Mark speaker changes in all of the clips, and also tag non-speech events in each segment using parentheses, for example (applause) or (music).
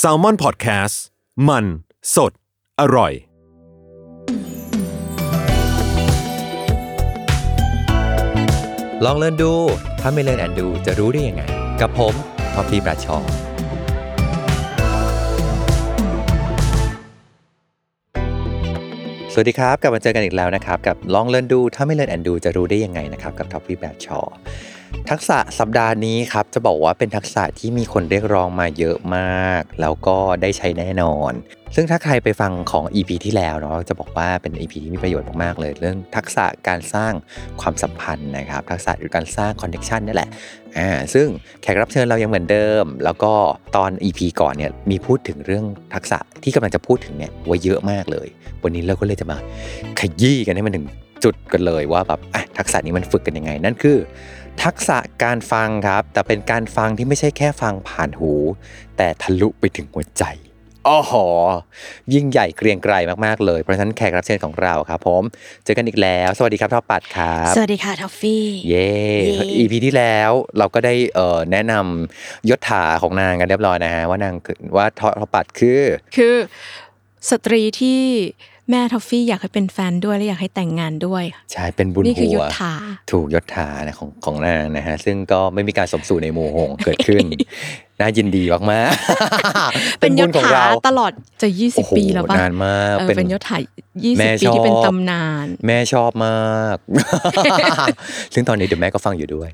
Speaker 1: s a l ม o n PODCAST มันสดอร่อย
Speaker 2: ลองเล่นดู ถ้าไม่เล่นแอนดูจะรู้ได้ยังไง กับผมพอพีประชอสวัสดีครับ กลับมาเจอกันอีกแล้วนะครับ กับลองเล่นดู ถ้าไม่เล่นแอนดูจะรู้ได้ยังไงนะครับ กับท็อปปี้แบทชอ ทักษะสัปดาห์นี้ครับ จะบอกว่าเป็นทักษะที่มีคนเรียกร้องมาเยอะมาก แล้วก็ได้ใช้แน่นอน ซึ่งถ้าใครไปฟังของ EP ที่แล้วเนาะจะบอกว่าเป็น EP ที่มีประโยชน์มาก ๆ เลย เรื่องทักษะการสร้างความสัมพันธ์นะครับ ทักษะหรือการสร้างคอนเน t ชันนี่แหละอ่าซึ่งแขกรับเชิญเรายังเหมือนเดิม แล้วก็ตอน EP ก่อนเนี่ยมีพูดถึงเรื่องทักษะที่กำลังจะพูดถึงเนี่ยไว้เยอะมากเลย วันนี้เราก็เลยจะมาขยี้กันให้มันถึงจุดกันเลยว่าแบบอ่ะทักษะนี้มันฝึกกันยังไง นั่นคือ ทักษะการฟังครับ แต่เป็นการฟังที่ไม่ใช่แค่ฟังผ่านหู แต่ทะลุไปถึงหัวใจอ้อหอ ยิ่งใหญ่เกรียงไกรมาก ๆ เลย เพราะฉะนั้นแขกรับเชิญของเราครับผม เจอกันอีกแล้ว สวัสดีครับทอปปัดครับ
Speaker 3: สวัสดีค่ะท็อฟฟี่
Speaker 2: เย่
Speaker 3: เย่
Speaker 2: อีพีที่แล้วเราก็ได้เอ่อแนะนำยศถาของนางกันเรียบร้อยนะฮะว่านางคือว่าทอทอปัดคือ
Speaker 3: คือสตรีที่แม่ท็อฟฟี่อยากให้เป็นแฟนด้วยและอยากให้แต่งงานด้วยค่ะ
Speaker 2: ใช่เป็นบุญ
Speaker 3: นี่คื
Speaker 2: หั
Speaker 3: ยุท
Speaker 2: ว
Speaker 3: ธา
Speaker 2: ถูกยศถานะของของนางนะฮะ ซึ่งก็ไม่มีการสมสู่ในหมู่หง
Speaker 3: (laughs)
Speaker 2: ส์เกิดขึ้น น่ายินดีมากมากๆ
Speaker 3: เป็นย
Speaker 2: บุญ
Speaker 3: ศ
Speaker 2: ของ
Speaker 3: ถา
Speaker 2: เรา
Speaker 3: ตลอดจะ
Speaker 2: โอ้โห
Speaker 3: 20 ปีแล้วป่ะ
Speaker 2: นานมาก
Speaker 3: เออเป็นยศถา
Speaker 2: แม่
Speaker 3: 20 ปี
Speaker 2: ชอบ
Speaker 3: ที่เป็นตำนาน
Speaker 2: แม่ชอบมาก (laughs) ซึ่งตอนนี้เดี๋ยวแม่ก็ฟังอยู่ด้วย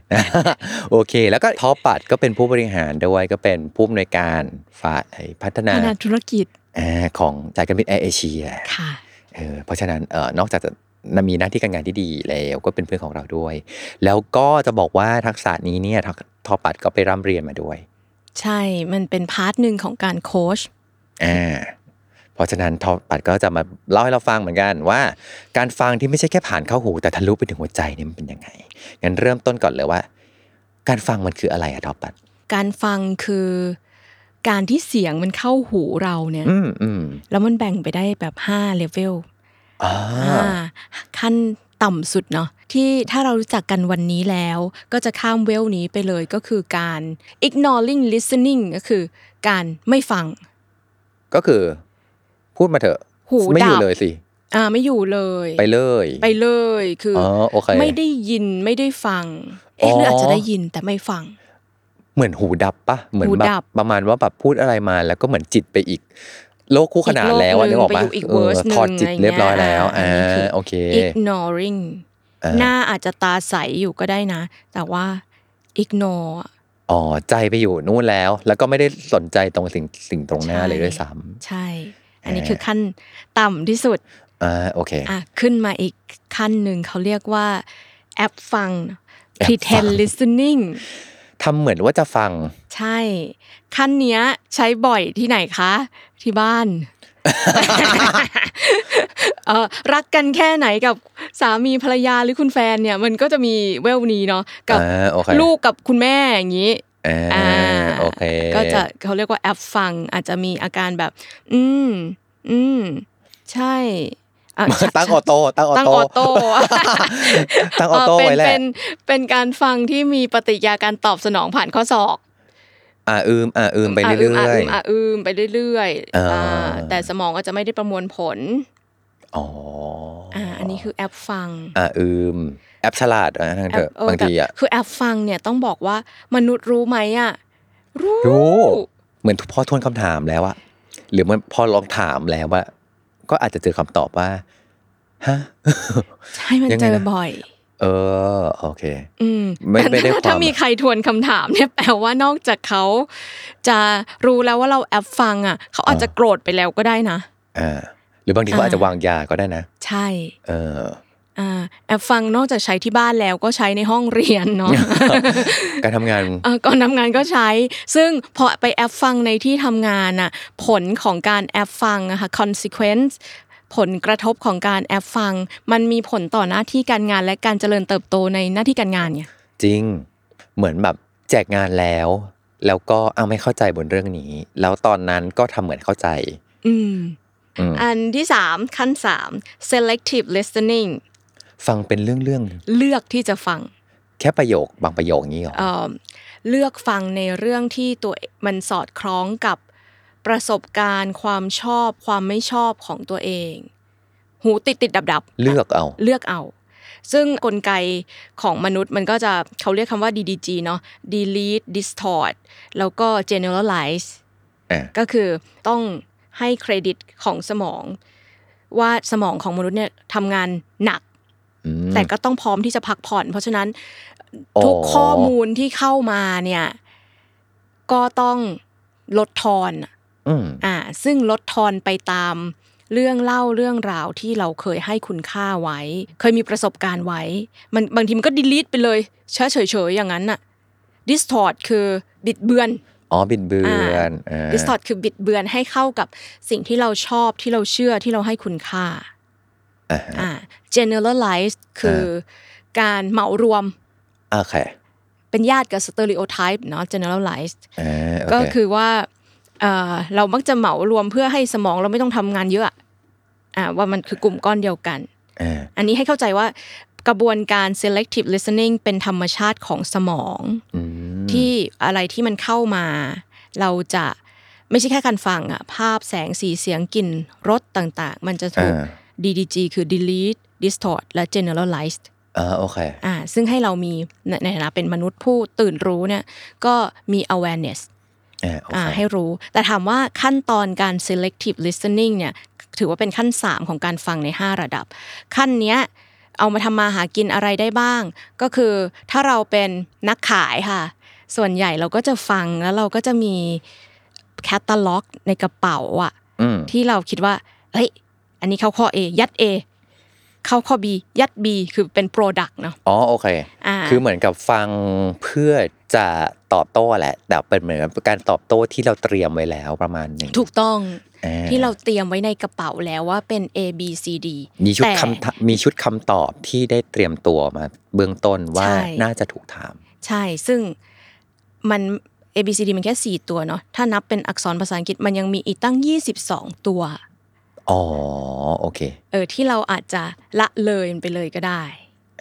Speaker 2: (laughs) โอเค แล้วก็ท็อปปัดก็เป็นผู้บริหารด้วยก็เป็นผู้อำนวยการฝ่ายพัฒนา
Speaker 3: คณะธุรกิจ
Speaker 2: อ่าของสายการบินแอร์เอเชีย
Speaker 3: ค่ะ
Speaker 2: เออเพราะฉะนั้นเออนอกจากจะมีหน้าที่การงานที่ดีแล้วก็เป็นเพื่อนของเราด้วย แล้วก็จะบอกว่าทักษะนี้เนี่ยทอทอปัดก็ไปร่ำเรียนมาด้วย
Speaker 3: ใช่มันเป็นพาร์ทหนึ่งของการโค้ช
Speaker 2: อ่าเพราะฉะนั้นทอปัดก็จะมาเล่าให้เราฟังเหมือนกันว่า การฟังที่ไม่ใช่แค่ผ่านเข้าหู แต่ทะลุไปถึงหัวใจเนี่ยมันเป็นยังไงงั้นเริ่มต้นก่อนเลยว่า การฟังมันคืออะไรอะทอปัด
Speaker 3: การฟังคือการที่เสียงมันเข้าหูเราเนี่ย
Speaker 2: อืมอืม
Speaker 3: แล้วมันแบ่งไปได้แบบ5เลเวล
Speaker 2: อ่า
Speaker 3: อ่าขั้นต่ำสุดเนาะที่ถ้าเรารู้จักกันวันนี้แล้ว ก็จะข้ามเวลนี้ไปเลยก็คือการ ignoring listening ก็คือการไม่ฟัง
Speaker 2: ก็คือ พูดมาเถอะ
Speaker 3: หูดับ
Speaker 2: ไม่อยู่เลยสิ
Speaker 3: อ่าไม่อยู่เลย
Speaker 2: ไปเลย
Speaker 3: ไปเลยคืออ
Speaker 2: อ๋อโอเค
Speaker 3: ไม่ได้ยินไม่ได้ฟัง
Speaker 2: อ๋อ
Speaker 3: เอ๊ะหรืออาจจะได้ยินแต่ไม่ฟัง
Speaker 2: เหมือนหูดับปะเหมือน
Speaker 3: หู
Speaker 2: แบ
Speaker 3: ดั
Speaker 2: บบ ประมาณว่าแบบพูดอะไรมา แล้วก็เหมือนจิตไปอีก โลกคู่ขนานแล้วอะ
Speaker 3: อี
Speaker 2: นึ
Speaker 3: ก
Speaker 2: ก
Speaker 3: โล
Speaker 2: ออก กปะ
Speaker 3: ไปอยู่อีก
Speaker 2: เออ
Speaker 3: verse หนึ่ง
Speaker 2: ถอดจิตเรียบร้อยแล้ว
Speaker 3: อะไร
Speaker 2: อ่า
Speaker 3: เงี้ยอ่า
Speaker 2: โอเค
Speaker 3: ignoring
Speaker 2: อ่า
Speaker 3: หน้าอาจจะตาใสอยู่ก็ได้นะ แต่ว่า ignore อะ
Speaker 2: อ๋อใจไปอยู่นู่นแล้ว แล้วก็ไม่ได้สนใจตรงสิ่งสิ่งตรงหน้า
Speaker 3: ใช่
Speaker 2: เลยด้วยซ้
Speaker 3: ใช่ อันนี้คือขั้นต่ำที่สุด
Speaker 2: ำอ่าโอเค
Speaker 3: อ่ะขึ้นมาอีกขั้นหนึ่งเขาเรียกว่าแอปฟัง
Speaker 2: แอปฟัง
Speaker 3: pretend listening
Speaker 2: ทำเหมือนว่าจะฟัง
Speaker 3: ใช่ ขั้นเนี้ยใช้บ่อยที่ไหนคะ ที่
Speaker 2: (laughs)
Speaker 3: บ้าน เออรักกันแค่ไหนกับสามีภรรยาหรือคุณแฟนเนี่ย มันก็จะมีเวลนี้เนาะกับ
Speaker 2: อ่าโอเค
Speaker 3: ลูกกับคุณแม่อย่างนี้
Speaker 2: อ่า
Speaker 3: อ่า
Speaker 2: โอเค
Speaker 3: ก็จะเขาเรียกว่าแอปฟังอาจจะมีอาการแบบ อืม อืม ใช่อ่ะ
Speaker 2: (laughs) ตั้งออโต้ตั้งออ
Speaker 3: ตั้ง
Speaker 2: โต้
Speaker 3: ออ
Speaker 2: (laughs)
Speaker 3: โต้
Speaker 2: ตั้งออโต้
Speaker 3: เเป็น
Speaker 2: ไว้แหละ
Speaker 3: เป็นเป็นการฟังที่มีปฏิกิริยาการตอบสนองผ่านข้อศอก
Speaker 2: อ่าอืมอ่าอืมไปเรื่อย
Speaker 3: อ่ะอืมไปเรื่อยๆ
Speaker 2: อ่า
Speaker 3: อ่าแต่สมองก็จะไม่ได้ประมวลผล
Speaker 2: ๆอ๋ออ่า
Speaker 3: อ่าอันนี้คือแอปฟัง
Speaker 2: อ่าอืมแอปฉลาดนะทั้งเถอะ
Speaker 3: แอปเออบ
Speaker 2: างทีอ่ะ
Speaker 3: แต่คือแอปฟังเนี่ยต้องบอกว่ามนุษย์รู้ไหมอ่ะรู้
Speaker 2: รู้เหมือนพอทวนคำถามแล้วอะหรือมันพอลองถามแล้วว่า ก็อาจจะเจอคำตอบว่าฮะ
Speaker 3: ใช่มัน
Speaker 2: ยังไง
Speaker 3: เจอ
Speaker 2: นะ
Speaker 3: บ่อย
Speaker 2: เออ โอเค
Speaker 3: อืม
Speaker 2: ไม่
Speaker 3: แต่
Speaker 2: ไม่ได้
Speaker 3: ถ้า
Speaker 2: ควา
Speaker 3: ถ้าม มีใครทวนคำถามเนี่ยแปลว่านอกจากเขาจะรู้แล้วว่าเราแอปฟังอ่ะเขาอาจจะโกรธไปแล้วก็ได้นะ
Speaker 2: อ่า หรือบางทีเขา
Speaker 3: อ่า
Speaker 2: อาจจะวางยาก็ได้นะ
Speaker 3: ใช่
Speaker 2: เออ
Speaker 3: อ่าแอปฟังนอกจากใช้ที่บ้านแล้วก็ใช้ในห้องเรียนเนาะ
Speaker 2: การทำงาน
Speaker 3: (laughs) เอ่อก่อนทำงานก็ใช้ ซึ่งพอไปแอปฟังในที่ทำงานน่ะผลของการแอปฟังอะค่ะ consequence ผลกระทบของการแอปฟัง มันมีผลต่อหน้าที่การงานและการเจริญเติบโตในหน้าที่การงานไง
Speaker 2: จริง เหมือนแบบแจกงานแล้ว แล้วก็เอาไม่เข้าใจบนเรื่องนี้ แล้วตอนนั้นก็ทำเหมือนเข้าใจ
Speaker 3: อืม
Speaker 2: อืม
Speaker 3: อันที่ 3 ขั้น 3 selective listening
Speaker 2: ฟังเป็นเรื่อง
Speaker 3: เลือกที่จะฟัง
Speaker 2: ๆแค่ประโยคบางประโยคนี้หรอ
Speaker 3: เอ่อ เลือกฟังในเรื่องที่ตัวมันสอดคล้องกับประสบการณ์ ความชอบ ความไม่ชอบของตัวเอง หูติดติดดับดับๆ
Speaker 2: เลือกเอา
Speaker 3: เลือกเอา ซึ่งกลไกของมนุษย์มันก็จะเขาเรียกคำว่า DDG เนาะ delete distort แล้วก็ generalize
Speaker 2: อ่า
Speaker 3: ก็คือต้องให้เครดิตของสมอง ว่าสมองของมนุษย์เนี่ยทำงานหนัก
Speaker 2: อืม
Speaker 3: แต่ก็ต้องพร้อมที่จะพักผ่อน เพราะฉะนั้น
Speaker 2: อ๋อ
Speaker 3: ทุกข้อมูลที่เข้ามาเนี่ยก็ต้องลดทอนอะ
Speaker 2: อืม
Speaker 3: อ่าซึ่งลดทอนไปตามเรื่องเล่าเรื่องราวที่เราเคยให้คุณค่าไว้ เคยมีประสบการณ์ไว้ มันบางทีมันก็ดิลีทไปเลยเฉยเฉยๆอย่างนั้นน่ะ distort คือบิดเบือน
Speaker 2: อ๋อบิดเบือนอ่า
Speaker 3: distort คือบิดเบือนให้เข้ากับสิ่งที่เราชอบที่เราเชื่อที่เราให้คุณค่า
Speaker 2: อ่าฮะ
Speaker 3: อ่า generalize คือการเหมารวม
Speaker 2: โอเค
Speaker 3: เป็นญาติกับ stereotype เนาะ generalized
Speaker 2: อ่าโเ
Speaker 3: ก็คือว่าเอ่อเรามักจะเหมารวมเพื่อให้สมองเราไม่ต้องทำงานเยอะอะอ่าว่ามันคือกลุ่มก้อนเดียวกัน
Speaker 2: อ่า
Speaker 3: อันนี้ให้เข้าใจว่ากระบวนการ selective listening เป็นธรรมชาติของสมอง
Speaker 2: อืม
Speaker 3: ที่อะไรที่มันเข้ามา เราจะไม่ใช่แค่การฟังอะภาพแสงสีเสียงกลิ่นรสต่างๆ มันจะถูก
Speaker 2: อ่า
Speaker 3: DDG คือ delete distort และ generalized
Speaker 2: อ่าโอเค
Speaker 3: อ่าซึ่งให้เรามีในในฐานะเป็นมนุษย์ผู้ตื่นรู้เนี่ยก็มี awareness
Speaker 2: อ่าโอ
Speaker 3: อ่า
Speaker 2: เค
Speaker 3: ให้รู้ แต่ถามว่าขั้นตอนการ selective listening เนี่ยถือว่าเป็นขั้น 3 ของการฟังใน 5 ระดับ ขั้นเนี้ยเอามาทำมาหากินอะไรได้บ้าง ก็คือถ้าเราเป็นนักขายค่ะ ส่วนใหญ่เราก็จะฟังแล้วเราก็จะมีแคตตาล็อกในกระเป๋าอะ
Speaker 2: อืม
Speaker 3: ที่เราคิดว่าเฮ้ยอันนี้เข้าข้อ A ยัด A เข้าข้อ B ยัด B คือเป็น Product เนาะ
Speaker 2: อ๋อโอเค
Speaker 3: อ่า
Speaker 2: คือเหมือนกับฟังเพื่อจะตอบโต้แหละ แต่เป็นเหมือนกับการตอบโต้ที่เราเตรียมไว้แล้วประมาณหนึ่ง
Speaker 3: ถูกต้อง
Speaker 2: อ่
Speaker 3: ที่เราเตรียมไว้ในกระเป๋าแล้วว่าเป็น A B C D
Speaker 2: มีชุด
Speaker 3: แต่
Speaker 2: คำถามมีชุดคำตอบที่ได้เตรียมตัวมาเบื้องต้นว่า
Speaker 3: ใช่
Speaker 2: น่าจะถูกถาม
Speaker 3: ใช่ ซึ่งมัน A B C D มันแค่ 4 ตัวเนาะ ถ้านับเป็นอักษรภาษาอังกฤษมันยังมีอีกตั้ง 22 ตัว
Speaker 2: อ๋อโอเค
Speaker 3: เออที่เราอาจจะละเลยมันไปเลยก็ได้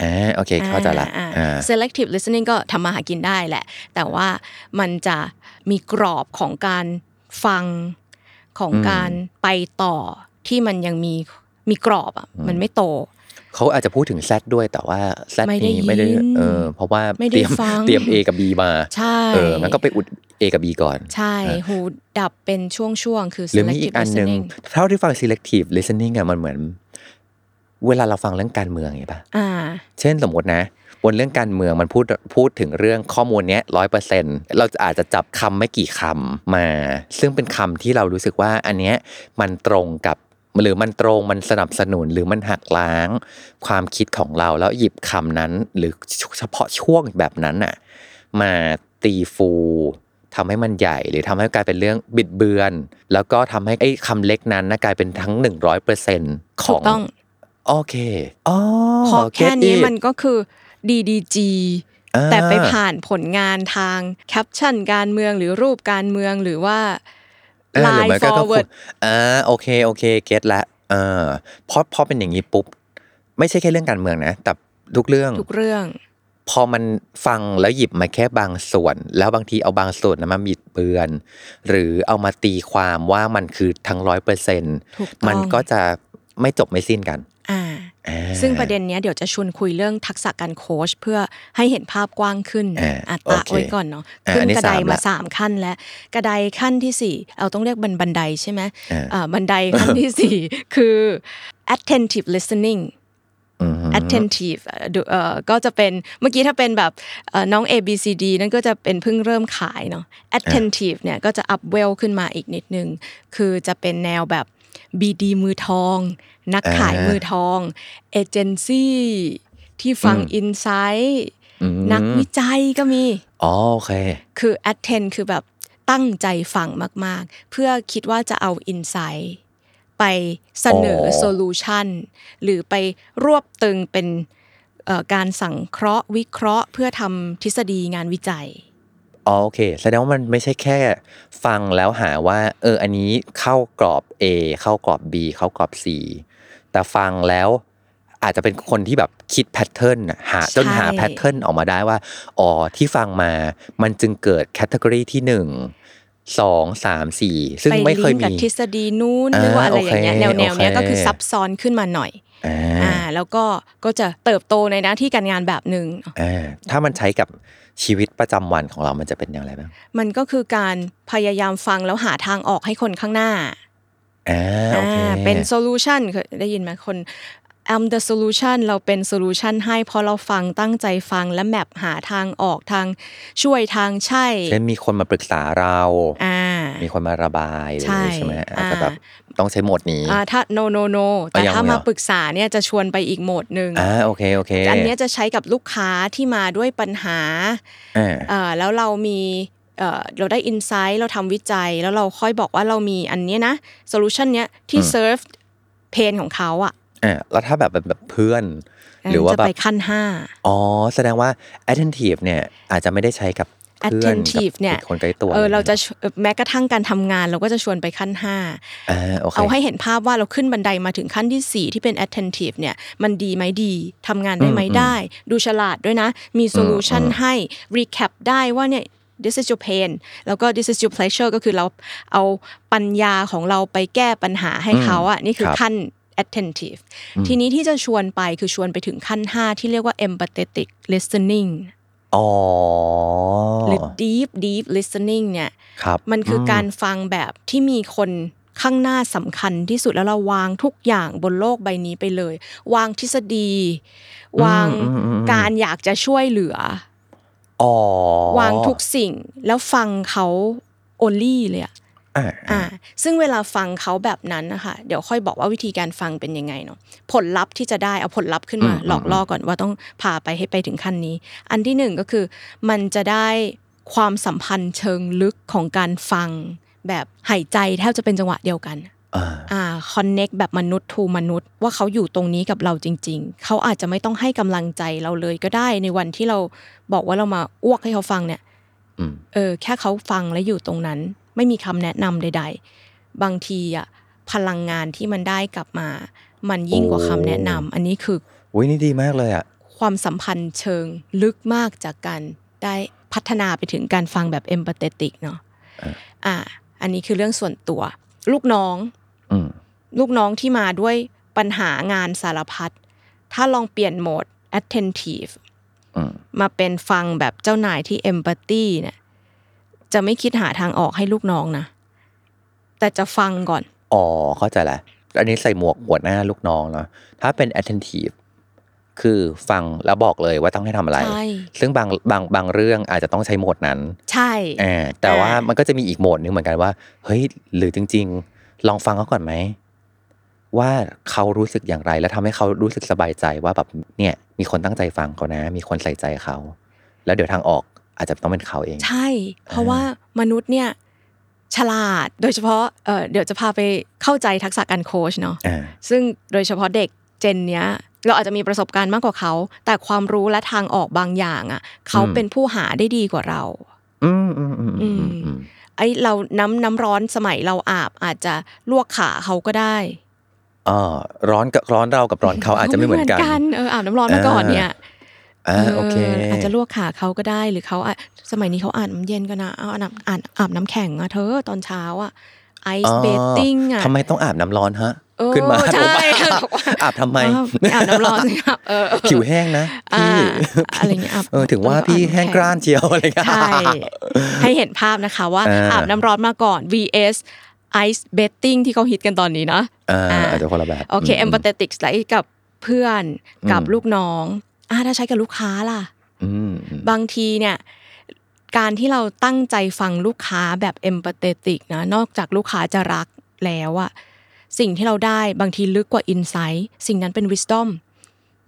Speaker 2: อ่าโอเคเข้าใจละ
Speaker 3: อ่า
Speaker 2: อ่า
Speaker 3: อ่า selective listening ก็ทำมาหากินได้แหละ แต่ว่ามันจะมีกรอบของการฟังของการไปต่อที่มันยังมีมีกรอบอ่ะมันไม่โต
Speaker 2: เขาอาจจะพูดถึงแซดด้วยแต่ว่าแซด
Speaker 3: ไม่ได้
Speaker 2: นี้ไม่ได้
Speaker 3: ยิน
Speaker 2: เออเพราะว่า
Speaker 3: ไม่ได้
Speaker 2: เตรียม
Speaker 3: ฟัง
Speaker 2: เตรียม A กับ B มา
Speaker 3: ใช่
Speaker 2: เออมันก็ไปอุด A กับ B ก่อน
Speaker 3: ใช่หูดับเป็นช่วงๆคือ
Speaker 2: หรือมีอีก
Speaker 3: selective
Speaker 2: อันหนึ่ง
Speaker 3: listening
Speaker 2: เท่าที่ฟัง selective listening อะมันเหมือน เวลาเราฟังเรื่องการเมืองไงปะ
Speaker 3: อ่า
Speaker 2: เช่นสมมตินะ บนเรื่องการเมืองมันพูดพูดถึงเรื่องข้อมูลเนี้ยร้อยเปอร์เซ็นเราจะอาจจะจับคำไม่กี่คำมา ซึ่งเป็นคำที่เรารู้สึกว่าอันเนี้ยมันตรงกับหรือมันตรงมันสนับสนุนหรือมันหักล้าง ความคิดของเราแล้วหยิบคำนั้น หรือเฉพาะช่วงแบบนั้นอะมาตีฟูทำให้มันใหญ่ หรือทำให้กลายเป็นเรื่องบิดเบือน แล้วก็ทำให้ไอ้คำเล็กนั้นนะกลายเป็นทั้ง 100%ข
Speaker 3: ถู
Speaker 2: อก ง
Speaker 3: ต้อง
Speaker 2: โอเคอ๋อ
Speaker 3: พอแค่
Speaker 2: get
Speaker 3: นี้
Speaker 2: it
Speaker 3: มันก็คือ DDG
Speaker 2: อ่า
Speaker 3: แต่ไปผ่านผลงานทางแคปชั่นการเมืองหรือรูปการเมืองหรือว่า
Speaker 2: เออหรือ
Speaker 3: Line
Speaker 2: ไม่ก็ก็คุ
Speaker 3: forward
Speaker 2: อ่าโอเคโอเคเก็ตละเออพอพอเป็นอย่างนี้ปุ๊บ ไม่ใช่แค่เรื่องการเมืองนะ แต่ทุกเรื่อง
Speaker 3: ทุกเรื่อง
Speaker 2: พอมันฟังแล้วหยิบมาแค่บางส่วน แล้วบางทีเอาบางส่วนนั้นมาบิดเบือน หรือเอามาตีความว่ามันคือทั้งร้อยเปอร์เซ็น
Speaker 3: ถูกต้อง
Speaker 2: มันก็จะไม่จบไม่สิ้นกัน
Speaker 3: อ่า
Speaker 2: อ่า
Speaker 3: ซึ่งประเด็นเนี้ยเดี๋ยวจะชวนคุยเรื่องทักษะการโค้ชเพื่อให้เห็นภาพกว้างขึ้น
Speaker 2: อ่า
Speaker 3: อัตะ
Speaker 2: โอเค
Speaker 3: ไว้ก่อนเนาะ
Speaker 2: อ่า
Speaker 3: ขึ้
Speaker 2: อั
Speaker 3: น
Speaker 2: นนี้
Speaker 3: กระได
Speaker 2: สามละ
Speaker 3: มาสามขั้นแล้วกระไดขั้นที่สี่เราต้องเรียกบันบันไดใช่ไหม
Speaker 2: อ่า
Speaker 3: อ่าบันไดขั้นที่สี่ คือ attentive listening
Speaker 2: อืม
Speaker 3: attentive เอ่อดูเอ่อก็จะเป็นเมื่อกี้ถ้าเป็นแบบเอ่อน้อง A B C D นั่นก็จะเป็นเพิ่งเริ่มขายเนาะ attentive เนี่ยก็จะ up well ขึ้นมาอีกนิดนึง คือจะเป็นแนวแบบ BD มือทอง นักขาย
Speaker 2: อ่ามื
Speaker 3: มือทอง agency ที่ฟัง insight
Speaker 2: อืม
Speaker 3: นักวิจัยก็มี
Speaker 2: อ๋อโอเค
Speaker 3: คือ attend คือแบบตั้งใจฟังมาก ๆ เพื่อคิดว่าจะเอา insight ไปเสนอ
Speaker 2: อ๋อ
Speaker 3: solution หรือไปรวบตึงเป็นเอ่อการสังเคราะห์วิเคราะห์ เพื่อทำทฤษฎีงานวิจัย
Speaker 2: อ๋อโอเคแสดงว่ามันไม่ใช่แค่ฟังแล้วหาว่า เอออันนี้เข้ากรอบ A เข้ากรอบ B เข้ากรอบ C แต่ฟังแล้ว อาจจะเป็นคนที่แบบคิดแพทเทิร์นน่ะหา
Speaker 3: ใช่
Speaker 2: จนหาแพทเทิร์นออกมาได้ว่าอ๋อที่ฟังมามันจึงเกิดแคตตากรีที่หนึ่งสองสามสี่ซึ่ง
Speaker 3: ไป
Speaker 2: ไม่เคย
Speaker 3: ลิงก์
Speaker 2: มี
Speaker 3: กับทฤษฎีนู้น
Speaker 2: อ่า
Speaker 3: หรือว่าอะไรอย่างเงี้ย
Speaker 2: โอเค
Speaker 3: แนวแนวเนี้ย
Speaker 2: โอเค
Speaker 3: ก็คือซับซ้อนขึ้นมาหน่อย
Speaker 2: อ่า
Speaker 3: อ่า แล้วก็ก็จะเติบโตในหน้าที่การงานแบบหนึ่ง
Speaker 2: อ่าถ้ามันใช้กับชีวิตประจำวันของเรามันจะเป็นอย่างไรบ้าง
Speaker 3: มันก็คือการพยายามฟังแล้วหาทางออกให้คนข้างหน้า
Speaker 2: อ่าโอเค
Speaker 3: อ่าเป็นโซลูชันได้ยินไหมคน I'm the solution เราเป็นโซลูชันให้เพราะเราฟังตั้งใจฟังและแมปหาทางออกทางช่วยทางใช่
Speaker 2: เช่นมีคนมาปรึกษาเรา
Speaker 3: อ่า
Speaker 2: มีคนมาระบายเลย
Speaker 3: ใช่
Speaker 2: ใช่ไหมอาจจะ
Speaker 3: อ่า
Speaker 2: แบบต้องใช้โหมดนี้
Speaker 3: อ่าถ้า no no no แต่
Speaker 2: ยัง
Speaker 3: ถ้า
Speaker 2: เหร
Speaker 3: มา
Speaker 2: อ
Speaker 3: ปรึกษาเนี่ยจะชวนไปอีกโหมดหนึ่ง
Speaker 2: อ่าโอเคโอเค
Speaker 3: อันเนี้ยจะใช้กับลูกค้าที่มาด้วยปัญหา
Speaker 2: อ่า
Speaker 3: เอ่อแล้วเรามีเอ่อเราได้อินไซต์เราทำวิจัย แล้วเราค่อยบอกว่าเรามีอันเนี้ยนะโซลูชันเนี้ยที่เซิร์ฟเพนของเขาอ่ะ
Speaker 2: อ่าแล้วถ้าแบบแบบเพื่อน หรือว่า
Speaker 3: จะ
Speaker 2: แบบ
Speaker 3: ไปขั้น 5
Speaker 2: อ๋อแสดงว่า attentive เนี่ยอาจจะไม่ได้ใช้กับเพื่อน
Speaker 3: attentive
Speaker 2: กับ
Speaker 3: เนี่ย
Speaker 2: คนใกล้ตัว
Speaker 3: เออเราจะ
Speaker 2: ลยน
Speaker 3: ชเอ่อแม้กระทั่งการทำงานเราก็จะชวนไปขั้น 5
Speaker 2: อ่าโอเค
Speaker 3: เอาให้เห็นภาพว่าเราขึ้นบันไดมาถึงขั้นทีสี่4 ที่เป็น attentive เนี่ยมันดีไหมดีทำงานได้ไหมได้ ดูฉลาดด้วยนะ มีโซลูชันให้ recap ได้ว่าเนี่ย this is your pain แล้วก็ this is your pleasure ก็คือเราเอาปัญญาของเราไปแก้ปัญหาให้เขาอะนี่คือขั้น attentive ทีนี้ที่จะชวนไปคือชวนไปถึงขั้น 5 ที่เรียกว่า empathetic listening
Speaker 2: อ๋อ
Speaker 3: หรือ deep deep listening เนี่ย
Speaker 2: ครับ
Speaker 3: มันคืออการฟังแบบที่มีคนข้างหน้าสำคัญที่สุดแล้วเราวางทุกอย่างบนโลกใบนี้ไปเลย วางทฤษฎี วาง
Speaker 2: อืมอืมอืม
Speaker 3: การอยากจะช่วยเหลือ
Speaker 2: อ๋อ
Speaker 3: อวางทุกสิ่งแล้วฟังเขา only เลยอะ
Speaker 2: อ่า
Speaker 3: อ่า ซึ่งเวลาฟังเขาแบบนั้นนะคะเดี๋ยวค่อยบอกว่าวิธีการฟังเป็นยังไงเนาะผลลัพธ์ที่จะได้เอาผลลัพธ์ขึ้นมาหลอกล่อก่อนว่าต้องพาไปให้ไปถึงขั้นนี้ อันที่หนึ่งก็คือ มันจะได้ความสัมพันธ์เชิงลึกของการฟัง แบบหายใจแทบจะเป็นจังหวะเดียวกัน
Speaker 2: อ่า
Speaker 3: อ่าคอนเน็กแบบมนุษย์ทูมนุษย์ ว่าเขาอยู่ตรงนี้กับเราจริง ๆ เขาอาจจะไม่ต้องให้กำลังใจเราเลยก็ได้ในวันที่เราบอกว่าเรามาอ้วกให้เขาฟังเนี่ย
Speaker 2: อืม
Speaker 3: เออแค่เขาฟังและอยู่ตรงนั้น ไม่มีคำแนะนำใด ๆ บางทีอ่ะพลังงานที่มันได้กลับมา มันยิ่งกว่าคำแนะนำอันนี้คือ
Speaker 2: อุ้ยนี่ดีมากเลยอ่ะ
Speaker 3: ความสัมพันธ์เชิงลึกมากจากการได้พัฒนาไปถึงการฟังแบบเอมพัตติกเนาะอ่า อันนี้คือเรื่องส่วนตัว ลูกน้อง
Speaker 2: อืม
Speaker 3: ลูกน้องที่มาด้วยปัญหางานสารพัด ถ้าลองเปลี่ยนโหมด attentive
Speaker 2: อืม
Speaker 3: มาเป็นฟังแบบเจ้านายที่ empathy เนี่ยจะไม่คิดหาทางออกให้ลูกน้องนะ แต่จะฟังก่อน
Speaker 2: อ๋อเข้าใจละอันนี้ใส่หมวกหัวหน้าลูกน้องเนาะถ้าเป็น attentive คือฟังแล้วบอกเลยว่าต้องให้ทำอะไร
Speaker 3: ใช่
Speaker 2: ซึ่งบางบางบางเรื่องอาจจะต้องใช้โหมดนั้น
Speaker 3: ใช่
Speaker 2: อ่าแต่ว่า
Speaker 3: อ่ามั
Speaker 2: มันก็จะมีอีกโหมดหนึงเหมือนกันว่า เฮ้ย หรือจริง ๆ ลองฟังเขาก่อนไหม ว่าเขารู้สึกอย่างไร แล้วทำให้เขารู้สึกสบายใจว่าแบบเนี่ย มีคนตั้งใจฟังเขานะ มีคนใส่ใจเขา แล้วเดี๋ยวทางออกอาจจะต้องเป็นเขาเอง
Speaker 3: ใช่ เพราะว่ามนุษย์เนี่ยฉลาด โดยเฉพาะเอ่อเดี๋ยวจะพาไปเข้าใจทักษะการโค้ชเนาะ
Speaker 2: อ่า
Speaker 3: ซึ่งโดยเฉพาะเด็กเจนเนี้ย เราอาจจะมีประสบการณ์มากกว่าเขา แต่ความรู้และทางออกบางอย่างอ่ะเขา
Speaker 2: อืม
Speaker 3: เป็นผู้หาได้ดีกว่าเรา
Speaker 2: อืมอืมอืมอืมอืม
Speaker 3: ไอเราน้ำน้ำร้อนสมัยเราอาบอาจจะลวกขาเขาก็ได้
Speaker 2: อ่าร้อนกับร้อนเรากับร้อนเขาอาจจะไม่เหมือนกัน
Speaker 3: เอออาบน้ำร้อนมาก่อนเนี่ย
Speaker 2: อ่าโอเค
Speaker 3: เอออาจจะลวกขาเขาก็ได้หรือเขาอ่ะสมัยนี้เขาอาบน้ำเย็นกันนะเอาอาบน้ำอาบอาบน้ำแข็งอะเธอตอนเช้าอะไอซ์เบตติ้งอะ
Speaker 2: ทำไมต้องอาบน้ำร้อนฮะ
Speaker 3: เออ
Speaker 2: ขึ้นมา
Speaker 3: ใช่
Speaker 2: ผมว่า (laughs)
Speaker 3: เขา
Speaker 2: อาบ
Speaker 3: บอกว่า
Speaker 2: อาบทำไม
Speaker 3: อ้าวอาบน้ำร้อนสิครับเออ
Speaker 2: (laughs) ผิวแห้งนะ
Speaker 3: อ่า
Speaker 2: พี่
Speaker 3: อะไรเงี้ยอาบ
Speaker 2: เออถึงว่าพี่แห้งกร้านเชียว (laughs) อะไรเงี้ย
Speaker 3: ใช่ให้เห็นภาพนะคะว่า
Speaker 2: อ่า
Speaker 3: อาบน้ำร้อนมาก่อน vs ice bathing ที่เขาฮิตกันตอนนี้เนาะ
Speaker 2: อ่า
Speaker 3: อ่า
Speaker 2: อาจจะคนละแบบ
Speaker 3: โอเค
Speaker 2: ม
Speaker 3: empathetic ไหลกับเพื่อน
Speaker 2: อืม
Speaker 3: กับลูกน้องอ่าถ้าใช้กับลูกค้าล่ะ
Speaker 2: อืมอืม
Speaker 3: บางทีเนี่ยการที่เราตั้งใจฟังลูกค้าแบบ empathetic นะนอกจากลูกค้าจะรักแล้วอะสิ่งที่เราได้บางทีลึกกว่า insight สิ่งนั้นเป็น wisdom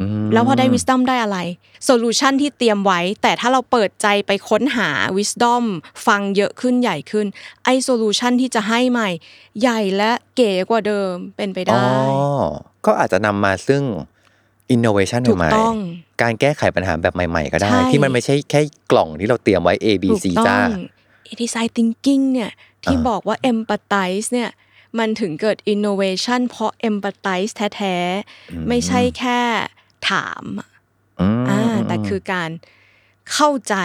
Speaker 2: อืม
Speaker 3: แล้วพอได้ wisdom ได้อะไร solution ที่เตรียมไว้ แต่ถ้าเราเปิดใจไปค้นหา wisdom ฟังเยอะขึ้นใหญ่ขึ้น ไอ้ solution ที่จะให้ใหม่ ใหญ่และเก๋กว่าเดิมเป็นไป
Speaker 2: อ๋อ
Speaker 3: ได้
Speaker 2: ก็อาจจะนำมาซึ่ง innovation
Speaker 3: ถูก
Speaker 2: ใหม่
Speaker 3: ต้อง
Speaker 2: ๆการแก้ไขปัญหาแบบใหม่ ๆ ก็ได้
Speaker 3: ใช่
Speaker 2: ที่มันไม่ใช่แค่กล่องที่เราเตรียมไว้ A B
Speaker 3: ถูก
Speaker 2: C
Speaker 3: ต้
Speaker 2: จ้า
Speaker 3: องดีไซน์ thinking เนี่ยที่
Speaker 2: อ่า
Speaker 3: บอกว่า empathize เนี่ย มันถึงเกิด innovation เพราะ empathize แท้ๆ ไม่ใช่แค่ถามอะ
Speaker 2: อืม
Speaker 3: อ่าแต่คือการเข้าใจ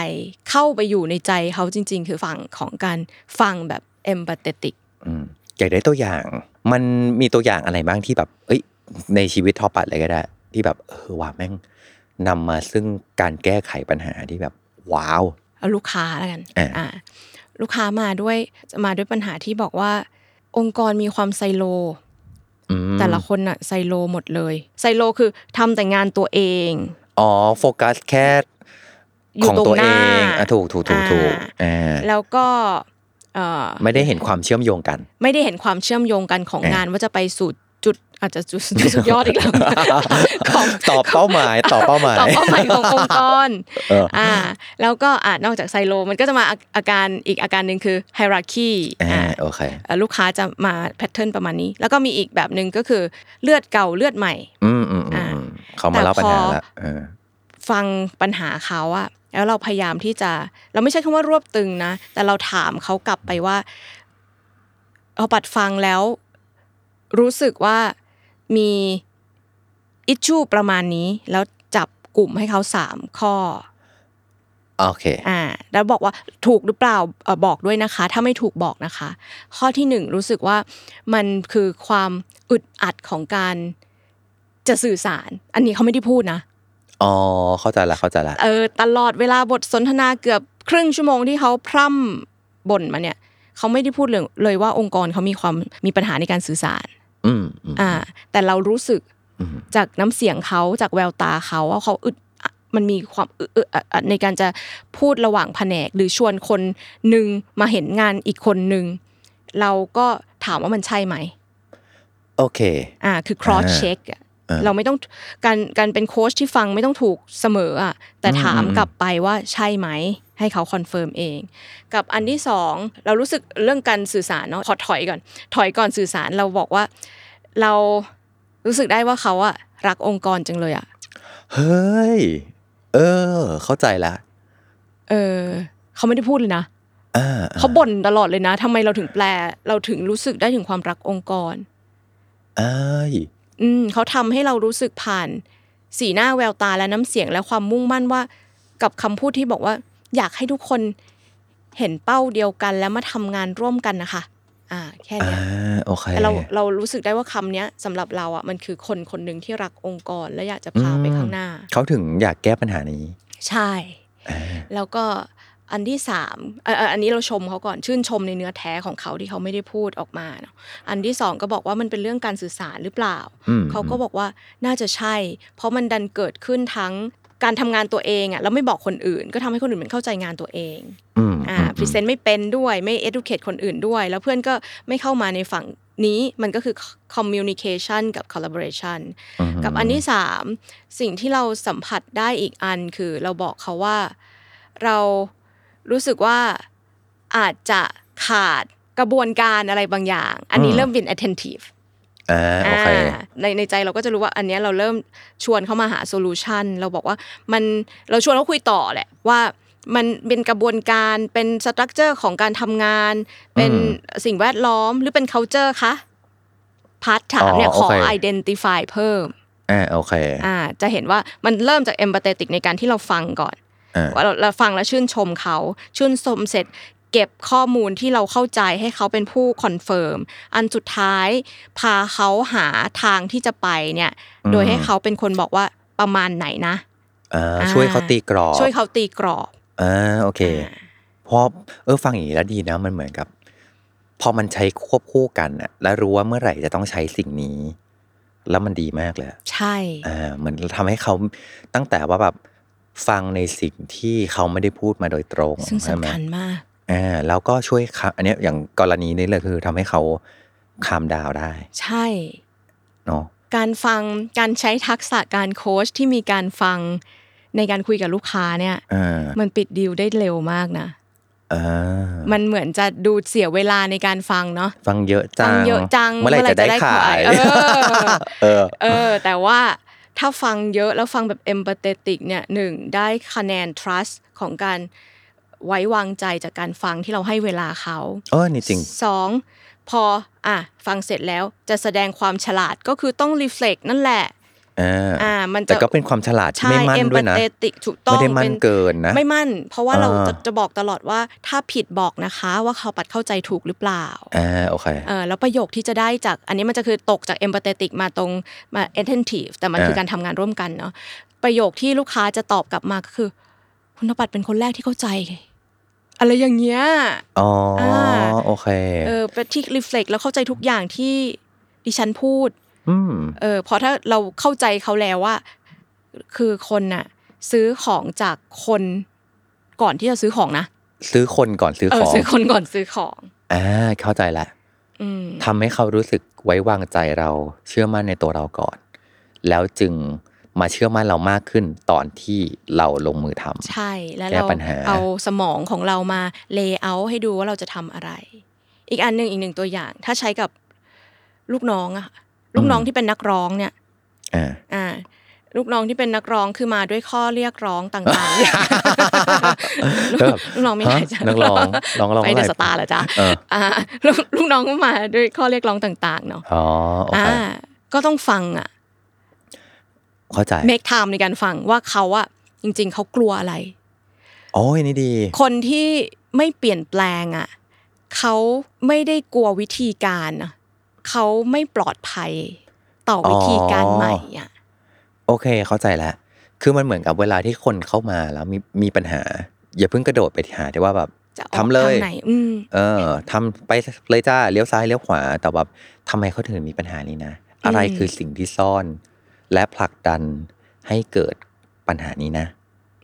Speaker 3: เข้าไปอยู่ในใจเขาจริง ๆ คือฝั่งของการฟังแบบ empathetic
Speaker 2: มอยากได้ตัวอย่าง มันมีตัวอย่างอะไรบ้างที่แบบ เอ้ย ในชีวิตทอปัดเลยก็ได้ ที่แบบเออว่าแม่งนำมาซึ่งการแก้ไขปัญหาที่แบบ ว้าว
Speaker 3: เอาลูกค้าแล้วกัน
Speaker 2: อ่า
Speaker 3: อ่าลูกค้ามาด้วยมาด้วยปัญหาที่บอกว่าองค์กรมีความไซโล
Speaker 2: อืม
Speaker 3: แต่ละคนน่ะไซโลหมดเลย ไซโลคือทำแต่งานตัวเอง
Speaker 2: อ๋อโฟกัสแค่
Speaker 3: อยู่
Speaker 2: ของ
Speaker 3: ตรง
Speaker 2: ตัว
Speaker 3: ห
Speaker 2: เอ
Speaker 3: น้าง
Speaker 2: อ่ะถูกถูกถูกถูก
Speaker 3: อ่า
Speaker 2: อ่า
Speaker 3: แล้วก็เอ่อ
Speaker 2: ไม่ได้เห็นความเชื่อมโยง
Speaker 3: (laughs)
Speaker 2: กัน
Speaker 3: ไม่ได้เห็นความเชื่อมโยงกันของ
Speaker 2: อ่ะ
Speaker 3: งานว่าจะไปสู่จุดอาจจะจุด
Speaker 2: (laughs)
Speaker 3: สุดยอดอีกแล้ว ของ
Speaker 2: ตอบเป้าหมายตอบเป้าหมาย
Speaker 3: ต่อเป้าหมายขององค์กร
Speaker 2: เอออ่
Speaker 3: อ่าแล้วก็อ่านอกจากไซโล มันก็จะมาอาอาการอีกอาการหนึ่งคือ hierarchy
Speaker 2: อ่า
Speaker 3: อ่า
Speaker 2: โอเค
Speaker 3: เอ่อลูกค้าจะมาแพทเทิร์นประมาณนี้ แล้วก็มีอีกแบบหนึ่งก็คือเลือดเก่าเลือดใหม่
Speaker 2: อืมอืมอืม
Speaker 3: อ่า
Speaker 2: อืมเขามาเล่าปั
Speaker 3: แต่
Speaker 2: ญ
Speaker 3: พอ
Speaker 2: หาละเออ
Speaker 3: ฟังปัญหาเขาอะแล้วเราพยายามที่จะ เราไม่ใช่คำว่ารวบตึงนะ แต่เราถามเขากลับไปว่าเอาปัดฟังแล้ว รู้สึกว่ามีอิชชูประมาณนี้ แล้วจับกลุ่มให้เขาสามข้อ
Speaker 2: โอเค
Speaker 3: อ่าแล้วบอกว่าถูกหรือเปล่าเอ่อบอกด้วยนะคะ ถ้าไม่ถูกบอกนะคะ ข้อที่หนึ่งรู้สึกว่ามันคือความอึดอัดของการจะสื่อสาร อันนี้เขาไม่ได้พูดนะ
Speaker 2: อ๋อ เข้าใจละเข้าใจละ
Speaker 3: เออตลอดเวลาบทสนทนาเกือบครึ่งชั่วโมงที่เขาพร่ำบ่นมาเนี่ยเขาไม่ได้พูดเลยเลยว่าองค์กรเขามีความมีปัญหาในการสื่อสาร
Speaker 2: อืมอืม
Speaker 3: อ่าแต่เรารู้สึก
Speaker 2: อืม
Speaker 3: จากน้ำเสียงเขาจากแววตาเขาว่าเขาอึดอัดมันมีความอึอึอัดอัดในการจะพูดระหว่างแผนก หรือชวนคนหนึ่งมาเห็นงานอีกคนหนึ่งเราก็ถามว่ามันใช่ไหม
Speaker 2: โอเค
Speaker 3: อ่าคือ cross check อะ
Speaker 2: อ่า
Speaker 3: เราไม่ต้องการการเป็นโค้ชที่ฟังไม่ต้องถูกเสมออ่ะแต่ถาม
Speaker 2: อืม
Speaker 3: กลับไปว่าใช่ไหม ให้เขาคอนเฟิร์มเอง กับอันที่สองเรารู้สึกเรื่องการสื่อสารเนาะขอถอยก่อน ถอยก่อนสื่อสารเราบอกว่า เรารู้สึกได้ว่าเขาอะรักองค์กรจังเลยอะ
Speaker 2: เฮ้ย เออ เข้าใจละ
Speaker 3: เออเขาไม่ได้พูดเลยนะ
Speaker 2: อ่า
Speaker 3: เขาบ่นตลอดเลยนะทำไมเราถึงแปล เราถึงรู้สึกได้ถึงความรักองค์กร
Speaker 2: อ้าย
Speaker 3: อืมเขาทำให้เรารู้สึกผ่าน สีหน้าแววตาและน้ำเสียงและความมุ่งมั่นว่า กับคำพูดที่บอกว่า อยากให้ทุกคนเห็นเป้าเดียวกันและมาทำงานร่วมกันนะคะ อ่า แค่
Speaker 2: อ่า
Speaker 3: เนี้ย
Speaker 2: โอเค
Speaker 3: เราเรารู้สึกได้ว่าคำเนี้ยสำหรับเราอ่ะมันคือคนคนหนึ่งที่รักองค์กร และอยากจะพาไปข้างหน้า
Speaker 2: เขาถึงอยากแก้ปัญหานี้
Speaker 3: ใช่
Speaker 2: อ่า
Speaker 3: แล้วก็อันที่สามเอ่อเอ่ออันนี้เราชมเขาก่อนชื่นชมในเนื้อแท้ของเขาที่เขาไม่ได้พูดออกมาเนาะอันที่สองก็บอกว่ามันเป็นเรื่องการสื่อสารหรือเปล่า
Speaker 2: อืม
Speaker 3: เขาก็บอกว่าน่าจะใช่ เพราะมันดันเกิดขึ้นทั้งการทำงานตัวเองอ่ะแล้วไม่บอกคนอื่น ก็ทำให้คนอื่นมันเข้าใจงานตัวเอง
Speaker 2: อืม
Speaker 3: อ่า
Speaker 2: อืม
Speaker 3: พรีเซนต์ไม่เป็นด้วยไม่ educate คนอื่นด้วย แล้วเพื่อนก็ไม่เข้ามาในฝั่งนี้มันก็คือ communication กับ collaboration
Speaker 2: อืม
Speaker 3: กับอันที่สามสิ่งที่เราสัมผัสได้อีกอันคือเราบอกเขาว่าเรารู้สึกว่าอาจจะขาดกระบวนการอะไรบางอย่าง อันนี้เริ่มเป็น attentive
Speaker 2: อ่า โอเค
Speaker 3: อ่าในในใจเราก็จะรู้ว่าอันเนี้ยเราเริ่มชวนเขามาหาโซลูชันเราบอกว่ามันเราชวนเขาคุยต่อแหละว่ามันเป็นกระบวนการเป็นสตรัคเจอร์ของการทำงาน เป็น
Speaker 2: อื
Speaker 3: สิ่งแวดล้อมหรือเป็น culture คะพาร์ทถามเนี่ย
Speaker 2: อ๋อ
Speaker 3: ขอ
Speaker 2: โอเค
Speaker 3: identify เพิ่ม
Speaker 2: อ่า โอเค
Speaker 3: อ่าจะเห็นว่ามันเริ่มจาก empathetic ในการที่เราฟังก่อน
Speaker 2: อ่า
Speaker 3: ว่าเราเราฟังแล้วชื่นชมเขา ชื่นชมเสร็จ เก็บข้อมูลที่เราเข้าใจให้เขาเป็นผู้คอนเฟิร์มอันสุดท้ายพาเขาหาทางที่จะไปเนี่ย
Speaker 2: อืม
Speaker 3: โดยให้เขาเป็นคนบอกว่าประมาณไหนนะ
Speaker 2: อ่า
Speaker 3: อ่า
Speaker 2: ช่วยเขาตีกรอบ
Speaker 3: ช่วยเขาตีกรอบ
Speaker 2: อ่าโอเค
Speaker 3: อ่า
Speaker 2: เพราะเออฟังอย่างนี้แล้วดีนะมันเหมือนกับ พอมันใช้ควบคู่กันอะแล้วรู้ว่าเมื่อไหร่จะต้องใช้สิ่งนี้ แล้วมันดีมากเลยอะ
Speaker 3: ใช่
Speaker 2: อ่าเหมือนทำให้เขาตั้งแต่ว่าแบบฟังในสิ่งที่เขาไม่ได้พูดมาโดยตรง
Speaker 3: ซึ่ง
Speaker 2: ใช่ไหม
Speaker 3: สำคัญมาก
Speaker 2: อ่าแล้วก็ช่วยเขาอันเนี้ยอย่างกรณีนี้เลยคือทำให้เขาคามดาวได้
Speaker 3: ใช่
Speaker 2: เนาะ
Speaker 3: การฟังการใช้ทักษะการโค้ชที่มีการฟังในการคุยกับลูกค้าเนี่ย
Speaker 2: อ่า
Speaker 3: มันปิดดีลได้เร็วมากนะ
Speaker 2: อ่า
Speaker 3: มันเหมือนจะดูเสียเวลาในการฟังเนาะ
Speaker 2: ฟังเยอะจั
Speaker 3: ฟั
Speaker 2: ง
Speaker 3: งเยอะจัง
Speaker 2: เมื่อไหร่จะได้ขาย
Speaker 3: เมื่อไหร่จะได้ขายเออ
Speaker 2: เออ
Speaker 3: เออ แต่ว่าถ้าฟังเยอะแล้วฟังแบบ empathetic เนี่ยหนึ่งได้คะแนน trust ของการไว้วางใจจากการฟังที่เราให้เวลาเขา
Speaker 2: เออนี่จริง
Speaker 3: สองพอ อ่ะฟังเสร็จแล้วจะแสดงความฉลาดก็คือต้อง reflect นั่นแหละ
Speaker 2: อ่า
Speaker 3: อ่ามัน
Speaker 2: แต่
Speaker 3: จะ
Speaker 2: ก็เป็นความฉลาดที่
Speaker 3: ใช่
Speaker 2: ไม่มั่น
Speaker 3: เอม
Speaker 2: ด้ว
Speaker 3: พั
Speaker 2: ย
Speaker 3: ต
Speaker 2: นะ
Speaker 3: เตติกถูกต้อง
Speaker 2: ไม่ได้มั่น
Speaker 3: ป็
Speaker 2: เกินนะ
Speaker 3: ไม่มั่น เพราะว่าเรา
Speaker 2: อ่า
Speaker 3: จะจะบอกตลอดว่าถ้าผิดบอกนะคะว่าเขาปัดเข้าใจถูกหรือเปล่า
Speaker 2: อ่าโอเค
Speaker 3: เออแล้วประโยคที่จะได้จากอันนี้มันจะคือตกจากเอมพัตเตติกมาตรงมา attentive แต่มันคือ
Speaker 2: อ่า
Speaker 3: การทำงานร่วมกันเนาะประโยคที่ลูกค้าจะตอบกลับมาก็คือ คุณธปัดเป็นคนแรกที่เข้าใจ อะไรอย่างเงี้ย
Speaker 2: อ๋ออา โอเค
Speaker 3: เออเป็นที่ reflect แล้วเข้าใจทุกอย่างที่ดิฉันพูด
Speaker 2: อืม
Speaker 3: เออเพราะถ้าเราเข้าใจเขาแล้วว่า คือคนน่ะ ซื้อของจากคนก่อนที่จะซื้อของนะ
Speaker 2: ซื้อคนก่อนซื้อ
Speaker 3: เอ
Speaker 2: ข
Speaker 3: อ
Speaker 2: อง
Speaker 3: ซื้อคนก่อนซื้อของ
Speaker 2: อ่าเข้าใจละ
Speaker 3: อืม
Speaker 2: ทำให้เขารู้สึกไว้วางใจเราเชื่อมั่นในตัวเราก่อน แล้วจึงมาเชื่อมั่นเรามากขึ้นตอนที่เราลงมือทำ
Speaker 3: ใช่ แล้ว
Speaker 2: แก้
Speaker 3: เรา
Speaker 2: ปัญหา
Speaker 3: เอาสมองของเรามาเลเยอร์ให้ดูว่าเราจะทำอะไร อีกอันหนึ่งอีกหนึ่งตัวอย่าง ถ้าใช้กับลูกน้องอะลูกน้องที่เป็นนักร้องเนี่ย (laughs)
Speaker 2: อ่า
Speaker 3: อ่า ลูกน้องที่เป็นนักร้องคือมาด้วยข้อเรียกร้องต่างๆ (laughs) ลูก
Speaker 2: ครับ
Speaker 3: ลูกน้องไม่ได้
Speaker 2: ฮะ
Speaker 3: จ้ะ
Speaker 2: นักร้องร้องร้อง
Speaker 3: ไปเดอะ
Speaker 2: อะไร
Speaker 3: สตาร์เหรอจ๊ะ
Speaker 2: เอออ่
Speaker 3: ่าลูกลูกน้องก็มาด้วยข้อเรียกร้องต่างๆเนาะ
Speaker 2: อ๋อโอ
Speaker 3: อ่า
Speaker 2: เค
Speaker 3: ก็ต้องฟังอ่ะ
Speaker 2: เข้าใจ
Speaker 3: make time ในการฟังว่าเขาอ่ะจริง ๆ เขากลัวอะไร
Speaker 2: โอ้ยนี่ดี
Speaker 3: คนที่ไม่เปลี่ยนแปลงอ่ะเขาไม่ได้กลัววิธีการอะเขาไม่ปลอดภัยต่อวิธีการใหม่อ่ะ
Speaker 2: โอเคเข้าใจแล้ว คือมันเหมือนกับเวลาที่คนเข้ามาแล้วมีมีปัญหา อย่าเพิ่งกระโดดไปหาแต่ว่าแบบ
Speaker 3: จะออก
Speaker 2: ทำเลย
Speaker 3: ทางไหนอืม
Speaker 2: เออทำไปเลยจ้าเลี้ยวซ้ายเลี้ยวขวา แต่แบบทำไมเขาถึงมีปัญหานี้นะ อะไร
Speaker 3: อืม
Speaker 2: คือสิ่งที่ซ่อน และผลักดันให้เกิดปัญหานี้นะ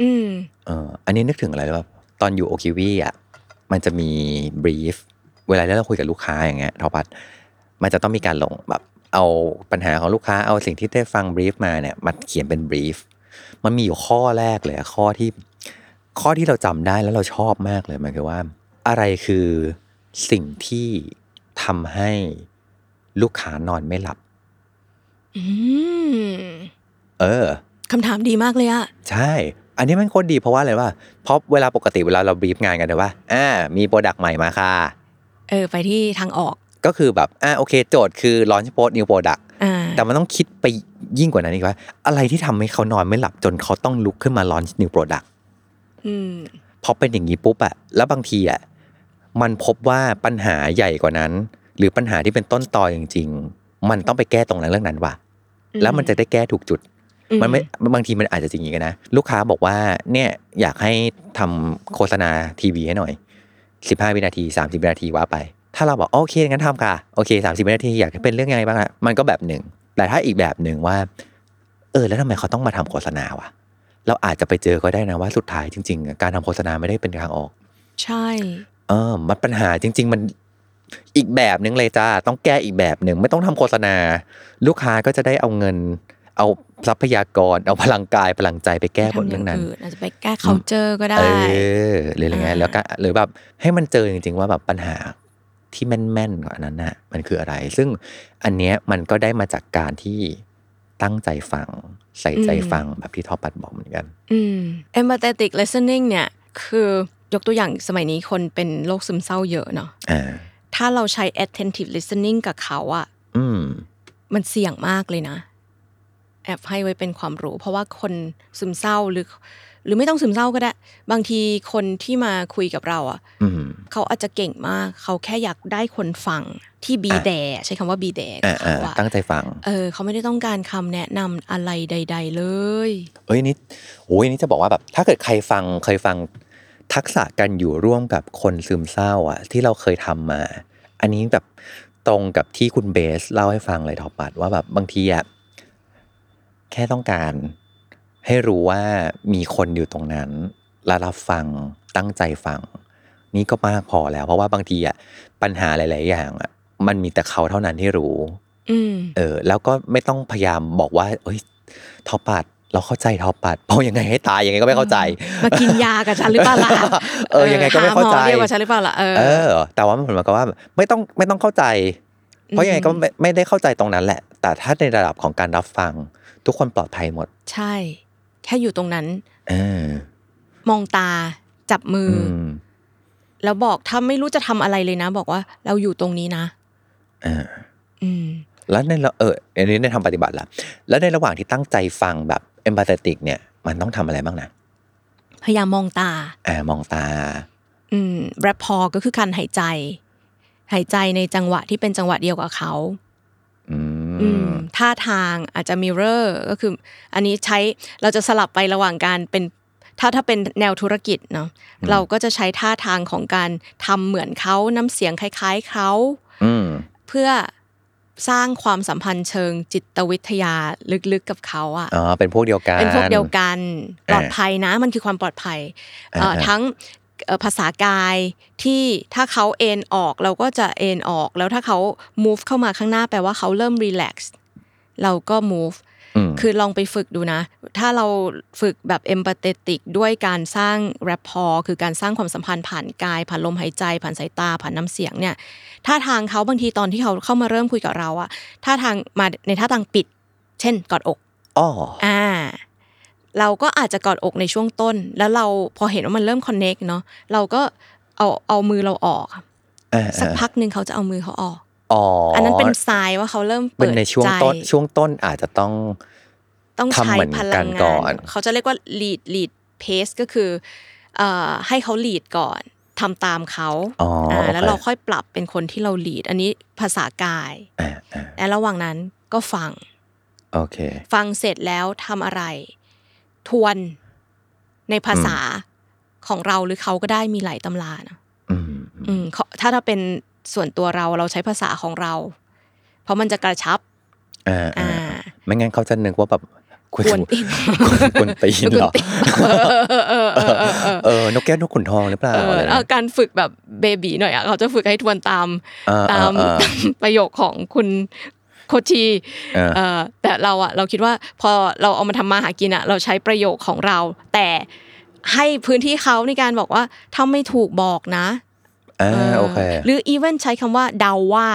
Speaker 3: อืม
Speaker 2: เอออันนี้นึกถึงอะไรแบบตอนอยู่โอคิวีอ่ะมันจะมีบรีฟเวลาที่เราคุยกับลูกค้าอย่างเงี้ยทอปัดมันจะต้องมีการลงแบบเอาปัญหาของลูกค้าเอาสิ่งที่ได้ฟังบรีฟมาเนี่ยมาเขียนเป็นบรีฟมันมีอยู่ข้อแรกเลยอะข้อที่ ข้อที่เราจำได้แล้วเราชอบมากเลยมันคือว่า อะไรคือสิ่งที่ทำให้ลูกค้านอนไม่หลับ
Speaker 3: อืม
Speaker 2: เออ
Speaker 3: คำถามดีมากเลยอะ
Speaker 2: ใช่ อันนี้มันโคตรดีเพราะว่าอะไรว่า เพราะเวลาปกติเวลาเราบรีฟงานกันเนี่ยว่า อ่า มีโปรดักต์ใหม่มาค่ะ
Speaker 3: เออ ไปที่ทางออก
Speaker 2: ก็คือแบบ อ่า โอเค โจทย์คือ launch post new product
Speaker 3: อ่า
Speaker 2: แต่มันต้องคิดไปยิ่งกว่านั้นอีกว่า อะไรที่ทำให้เขานอนไม่หลับจนเขาต้องลุกขึ้นมา launch new product
Speaker 3: อืม
Speaker 2: พอเป็นอย่างนี้ปุ๊บอะแล้วบางทีอะมันพบว่าปัญหาใหญ่กว่านั้น หรือปัญหาที่เป็นต้นตอจริง ๆ มันต้องไปแก้ตรงนั้นเรื่องนั้นว่ะ
Speaker 3: อืม
Speaker 2: แล้วมันจะได้แก้ถูกจุด
Speaker 3: อื
Speaker 2: มันไม่บางทีมันอาจจะจริงอย่างนี้ก็นะ ลูกค้าบอกว่าเนี่ยอยากให้ทำโฆษณาทีวีให้หน่อย 15 วินาที 30 วินาทีว่าไป ถ้าเราบอกโอเคงั้นทำค่ะโอเค 30 วินาทีอยากให้เป็นเรื่องยังไงบ้างอะมันก็แบบหนึ่ง แต่ถ้าอีกแบบหนึ่งว่า เออแล้วทำไมเขาต้องมาทำโฆษณาวะเราอาจจะไปเจอก็ได้นะว่าสุดท้ายจริงๆอะการทำโฆษณาไม่ได้เป็นทางออก
Speaker 3: ใช่
Speaker 2: เออ มันปัญหาจริง ๆ มันอีกแบบหนึ่งเลยจ้า ต้องแก้อีกแบบหนึ่งไม่ต้องทำโฆษณา ลูกค้าก็จะได้เอาเงิน เอาทรัพยากร เอาพลังกายพลังใจไปแก้หมดเรื่องนั้น
Speaker 3: ทำย่าอาจจะไปแก้ culture ก็ได้
Speaker 2: เออหรืออะไรเงี้ย
Speaker 3: อ่า
Speaker 2: แล้วก็หรือแบบให้มันเจอจริง ๆ ว่าแบบปัญหาที่แม่นๆกว่านั้นน่ะ มันคืออะไร ซึ่งอันเนี้ยมันก็ได้มาจากการที่ตั้งใจฟัง ใส่ใจฟังแบบที่ทอปัดบอกเหมือนกัน
Speaker 3: อืม empathetic listening เนี่ย คือยกตัวอย่างสมัยนี้คนเป็นโรคซึมเศร้าเยอะเนาะ
Speaker 2: อ่า
Speaker 3: ถ้าเราใช้ attentive listening กับเขาอะ
Speaker 2: อืม
Speaker 3: มันเสี่ยงมากเลยนะ แอบให้ไว้เป็นความรู้ เพราะว่าคนซึมเศร้าหรือ หรือไม่ต้องซึมเศร้าก็ได้ บางทีคนที่มาคุยกับเราอะ
Speaker 2: อืม
Speaker 3: เขาอาจจะเก่งมาก เขาแค่อยากได้คนฟังที่บี
Speaker 2: อ่ะ
Speaker 3: แดใช้คำว่าบีแด
Speaker 2: อ่า
Speaker 3: เขา
Speaker 2: อ่า
Speaker 3: อะ
Speaker 2: ตั้งใจฟัง
Speaker 3: เออ เขาไม่ได้ต้องการคำแนะนำอะไรใด ๆ เลย
Speaker 2: เอ้ยนี่โอ้ยนี่จะบอกว่าแบบถ้าเกิดใครฟังเคยฟังทักษะการอยู่ร่วมกับคนซึมเศร้าอ่ะ ที่เราเคยทำมา อันนี้แบบตรงกับที่คุณเบสเล่าให้ฟังเลยทอปัดว่าแบบบางทีอ่ะแค่ต้องการ ให้รู้ว่ามีคนอยู่ตรงนั้นและรับฟังตั้งใจฟัง นี่ก็มากพอแล้ว เพราะว่าบางทีอ่ะปัญหาหลาย ๆ อย่างอ่ะมันมีแต่เขาเท่านั้นที่รู้
Speaker 3: อืม
Speaker 2: เออแล้วก็ไม่ต้องพยายามบอกว่าเอ้ยทอปัด เราเข้าใจทอปัดเพราะยังไงให้ตายยังไงก็ไม่เข้าใจ
Speaker 3: มากินยากับฉันหรือเปล่าล่ะ
Speaker 2: (laughs) เออยังไงก็ไม่เข้าใจ
Speaker 3: หหอเรียกว่าฉันหรือเปล่าล่ะเออ
Speaker 2: เออ แต่ว่ามันเหมือนกับว่าไม่ต้องไม่ต้องเข้าใจ เพราะยังไงก็ไม่ไม่ได้เข้าใจตรงนั้นแหละ แต่ถ้าในระดับของการรับฟัง ทุกคนปลอดภัยหมด
Speaker 3: ใช่ แค่อยู่ตรงนั้น
Speaker 2: เออ
Speaker 3: มองตาจับมือ
Speaker 2: อื
Speaker 3: อ
Speaker 2: ม
Speaker 3: แล้วบอกถ้าไม่รู้จะทำอะไรเลยนะ บอกว่าเราอยู่ตรงนี้นะ
Speaker 2: อ่า
Speaker 3: อืม
Speaker 2: แล้วในระเอออันนี้ในทางปฏิบัติละแล้วในระหว่างที่ตั้งใจฟังแบบเอมพัตติกเนี่ยมันต้องทำอะไรบ้างนะ
Speaker 3: พยายามมองตา
Speaker 2: อ่ามองตา
Speaker 3: อืมแรปพอก็คือการหายใจ หายใจในจังหวะที่เป็นจังหวะเดียวกับเขา
Speaker 2: อื
Speaker 3: อืม
Speaker 2: ม
Speaker 3: ท่าทางอาจจะมิเรอร์ก็คือ อันนี้ใช้เราจะสลับไประหว่างการเป็นถ้าถ้าเป็นแนวธุรกิจเนาะเราก็จะใช้ท่าทางของการทำเหมือนเขาน้ำเสียงคล้าย ๆเขา
Speaker 2: อืม
Speaker 3: เพื่อสร้างความสัมพันธ์เชิงจิตวิทยาลึกๆกับเขาอะ
Speaker 2: อ๋อเป็นพวกเดียวกัน
Speaker 3: เป็นพวกเดียวกันป
Speaker 2: อ่า
Speaker 3: ลอดภัยนะมันคือความปลอดภัยเอ่อ
Speaker 2: อ่าอ่า
Speaker 3: ทั้งเอ่อภาษากายที่ถ้าเขาเอนออกเราก็จะเอนออก แล้วถ้าเขา move เข้ามาข้างหน้าแปลว่าเขาเริ่ม relax เราก็ move
Speaker 2: ม
Speaker 3: คือลองไปฝึกดูนะ ถ้าเราฝึกแบบ empathetic ด้วยการสร้าง rapport คือการสร้างความสัมพันธ์ผ่านกาย ผ่านลมหายใจ ผ่านสายตา ผ่านน้ำเสียงเนี่ยท่าทางเขาบางทีตอนที่เขาเข้ามาเริ่มคุยกับเราอะท่าทางมาในท่าทางปิด เช่นกอดอก
Speaker 2: อ๋อ
Speaker 3: อ่าเราก็อาจจะกอดอกในช่วงต้น แล้วเราพอเห็นว่ามันเริ่มคอนเน็กเนาะเราก็เอาเอามือเราออกอะ
Speaker 2: อ่า
Speaker 3: สักพักหนึ่งเขาจะเอามือเขาออก
Speaker 2: อ๋ออ
Speaker 3: อันนั้นเป็นทรายว่าเขาเริ่ม
Speaker 2: เป็
Speaker 3: เปิ
Speaker 2: น
Speaker 3: ด
Speaker 2: ในช่วง
Speaker 3: ใจ
Speaker 2: ต้นช่วงต้นอาจจะต้อง
Speaker 3: ต้องใช้
Speaker 2: ทำเหมือน
Speaker 3: พ
Speaker 2: กั
Speaker 3: ลั
Speaker 2: น
Speaker 3: ง
Speaker 2: ก่
Speaker 3: งา
Speaker 2: อน
Speaker 3: นเขาจะเรียกว่า lead lead pace ก็คือเอ่อให้เขา lead ก่อนทำตามเขา
Speaker 2: อ๋ออ่
Speaker 3: าแล้วเรา
Speaker 2: โอค
Speaker 3: ค่อยปรับเป็นคนที่เรา lead อันนี้ภาษากาย
Speaker 2: อ่าอ่า
Speaker 3: และระหว่างนั้นก็ฟัง
Speaker 2: โอเค
Speaker 3: ฟังเสร็จแล้วทำอะไร ทวนในภาษาของเราหรือเขาก็ได้มีหลายตำรานะ
Speaker 2: อืมอืม
Speaker 3: อืมเขาถ้าถ้าเป็นส่วนตัวเราเราใช้ภาษาของเรา เพราะมันจะกระชับ
Speaker 2: อ่าอ่า
Speaker 3: อ่า
Speaker 2: ไม่งั้นเขาจะนึกว่าแบบคุย
Speaker 3: กวนตีน
Speaker 2: กวนตีนเหรอ
Speaker 3: เออเอ (laughs) อเออเออเออ
Speaker 2: เออนกแก้วนกขุนทองหรือเปล่า
Speaker 3: เออ
Speaker 2: อะไรนะ
Speaker 3: เอาการฝึกแบบเบบีหน่อยอ่ะเขาจะฝึกให้ทวนตาม
Speaker 2: อ่
Speaker 3: ตาม
Speaker 2: อ่
Speaker 3: ตามประโยคของคุณโคชี
Speaker 2: อ่า
Speaker 3: เอ่อแต่เราอะเราคิดว่าพอเราเอามาทำมาหากินอะเราใช้ประโยคของเรา แต่ให้พื้นที่เขาในการบอกว่าถ้าไม่ถูกบอกนะ
Speaker 2: อ่า
Speaker 3: เออ
Speaker 2: โอเค
Speaker 3: หรืออีเวนใช้คำว่าเดาว่า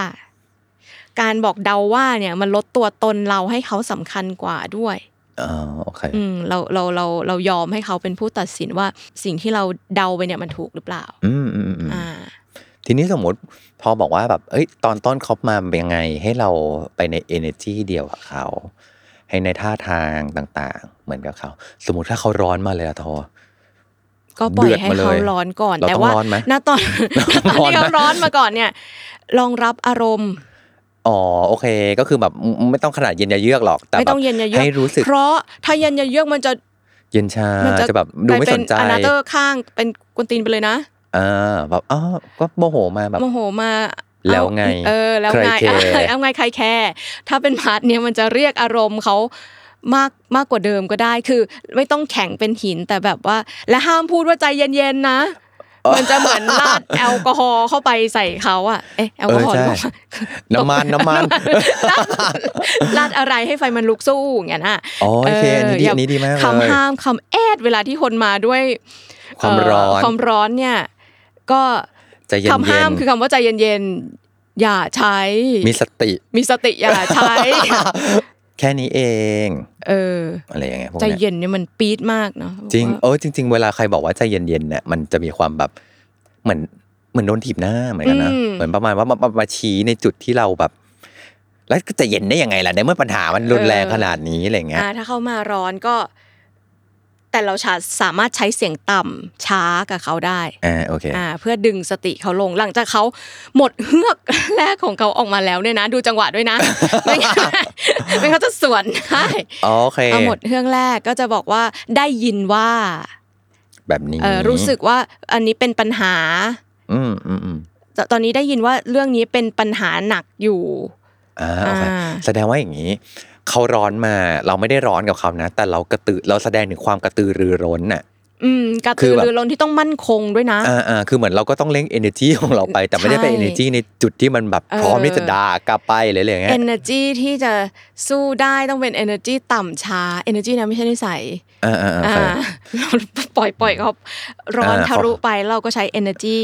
Speaker 3: การบอกเดาว่าเนี่ยมันลดตัวตนเราให้เขาสำคัญกว่าด้วย
Speaker 2: อ๋อโอเค
Speaker 3: อืมเราเราเราเรายอมให้เขาเป็นผู้ตัดสินว่าสิ่งที่เราเดาไปเนี่ยมันถูกหรือเปล่า
Speaker 2: อืมอืมอืมอืม
Speaker 3: อ่า
Speaker 2: ทีนี้สมมติพอบอกว่าแบบ เอ้ย ตอนต้นคบมาเป็นยังไงให้เราไปใน energy เดียวกับเขา ให้ในท่าทางต่างๆ เหมือนกับเขา สมมติถ้าเขาร้อนมาเลยอะทอ
Speaker 3: ก็ปล่อยให้
Speaker 2: เดือดมา
Speaker 3: เขา
Speaker 2: เลย
Speaker 3: ร้อนก่อน
Speaker 2: เรา
Speaker 3: แต่
Speaker 2: ต้อง
Speaker 3: ว่า
Speaker 2: ร้อนไหม
Speaker 3: ณตอนณตอนที่
Speaker 2: ร้อนไหม
Speaker 3: เขาร้อนมาก่อนเนี่ยรองรับอารมณ์
Speaker 2: อ๋อโอเค ก็คือแบบไม่ไม่ต้องขนาดเย็นยาเยือกหรอก แต่
Speaker 3: ไม่
Speaker 2: แบ
Speaker 3: ต้
Speaker 2: บ
Speaker 3: องเย็นเยอะ
Speaker 2: ให้รู้สึก
Speaker 3: เพราะถ้าเย็นเยอะๆมันจะ
Speaker 2: เย็นชา
Speaker 3: มั
Speaker 2: จะแบบดูไม่สนใจ
Speaker 3: อนาเตอร์ข้างเป็นกวนตีนไปเลยนะ
Speaker 2: อ่าแบบอ๋อก็โมโหมาแบบ
Speaker 3: โมโหมา
Speaker 2: แล้วไง
Speaker 3: เออแล้วไง
Speaker 2: ใครแคร์
Speaker 3: เออเอาไงใครแคร์ถ้าเป็นพาร์ทเนี่ยมันจะเรียกอารมณ์เขามากมากกว่าเดิมก็ได้คือ ไม่ต้องแข็งเป็นหินแต่แบบว่า และห้ามพูดว่าใจเย็นๆนะ มันจะเหมือนราดแอลกอฮอล์เข้าไปใส่เขาอะเอ๊ะแอลกอฮอล์หรือเปล่า
Speaker 2: น้ำมันน้ำมัน
Speaker 3: ราดราดอะไรให้ไฟมันลุกสู้อย่างนั้นอ่ะ
Speaker 2: อ๋อโอเคอันนี้ดี
Speaker 3: เย่า
Speaker 2: อันนี้ดีมากเลย
Speaker 3: คำห้ามคำแอดเวลาที่คนมาด้วย
Speaker 2: ความ
Speaker 3: เ
Speaker 2: ร้อน
Speaker 3: ความร้อนเนี่ย ก็
Speaker 2: ใจเย็น
Speaker 3: คำห้ามคือคำว่าใจเย็นๆอย่าใช้
Speaker 2: มีสติ
Speaker 3: มีสติอย่าใช้
Speaker 2: (laughs) แค่นี้เอง
Speaker 3: เออ
Speaker 2: อะไรอย่างเงี้ยพวก
Speaker 3: ใจ
Speaker 2: เนี้ย
Speaker 3: เย็นเนี่ยมันปี๊ดมากเนาะ
Speaker 2: จริง
Speaker 3: ว่า
Speaker 2: เออจริง ๆ เวลาใครบอกว่าใจเย็นๆเนี่ยมันจะมีความแบบเหมือนเหมือนโดนถีบหน้าเหมือนกันนะเหมือนประมาณว่ามามามาชี้ในจุดที่เราแบบ แล้วจะเย็นได้ยังไงล่ะในเมื่อปัญหามันรุนแรงขนาดนี้อะไรเงี้ย
Speaker 3: อ่าถ้าเข้ามาร้อนก็ แต่เราชาสามารถใช้เสียงต่ำช้ากับเขาได้
Speaker 2: อ่าโอเค
Speaker 3: อ่าเพื่อดึงสติเขาลงหลังจากเขาหมดเฮือก แรกของเขาออกมาแล้วเนี่ยนะ ดูจังหวะ
Speaker 2: (laughs)
Speaker 3: ด้วยนะ ไม่งั้นไม่งั้นเขาจะสวนได้
Speaker 2: โอเค
Speaker 3: เอาหมดเฮือกแรกก็จะบอกว่าได้ยินว่า
Speaker 2: แบบนี้
Speaker 3: เอ่อรู้สึกว่าอันนี้เป็นปัญหา
Speaker 2: อืมอืมอืม
Speaker 3: ตตอนนี้ได้ยินว่าเรื่องนี้เป็นปัญหาหนักอยู่
Speaker 2: อ่าโอเค
Speaker 3: อ่า
Speaker 2: แสดงว่าอย่างนี้เขาร้อนมาเราไม่ได้ร้อนกับเขานะ แต่เรากระตือเราแสดงถึงความกระตือรือร้นน่ะ
Speaker 3: อืมกระ
Speaker 2: คื
Speaker 3: ตื
Speaker 2: อ
Speaker 3: อ
Speaker 2: แบบ
Speaker 3: รือร้นที่ต้องมั่นคงด้วยนะ
Speaker 2: อ่าอ่าคือเหมือนเราก็ต้องเล่ง energy ของเราไป แต่ไม่ได้เป็น
Speaker 3: ใช่
Speaker 2: energy ในจุดที่มันแบบพร้อม
Speaker 3: เออ
Speaker 2: ที่จะด่ากลับไปเลยอะไรอย่างเงี้ย
Speaker 3: energy ที่จะสู้ได้ต้องเป็น energy ต่ำช้า energy นะไม่ใช่นิสัย
Speaker 2: อ่าอ่าอ่าโอ
Speaker 3: อ่า
Speaker 2: เค
Speaker 3: เราปล่อยปล่อยเขาร้อน
Speaker 2: อ่า
Speaker 3: ทะลุไปเราก็ใช้ energy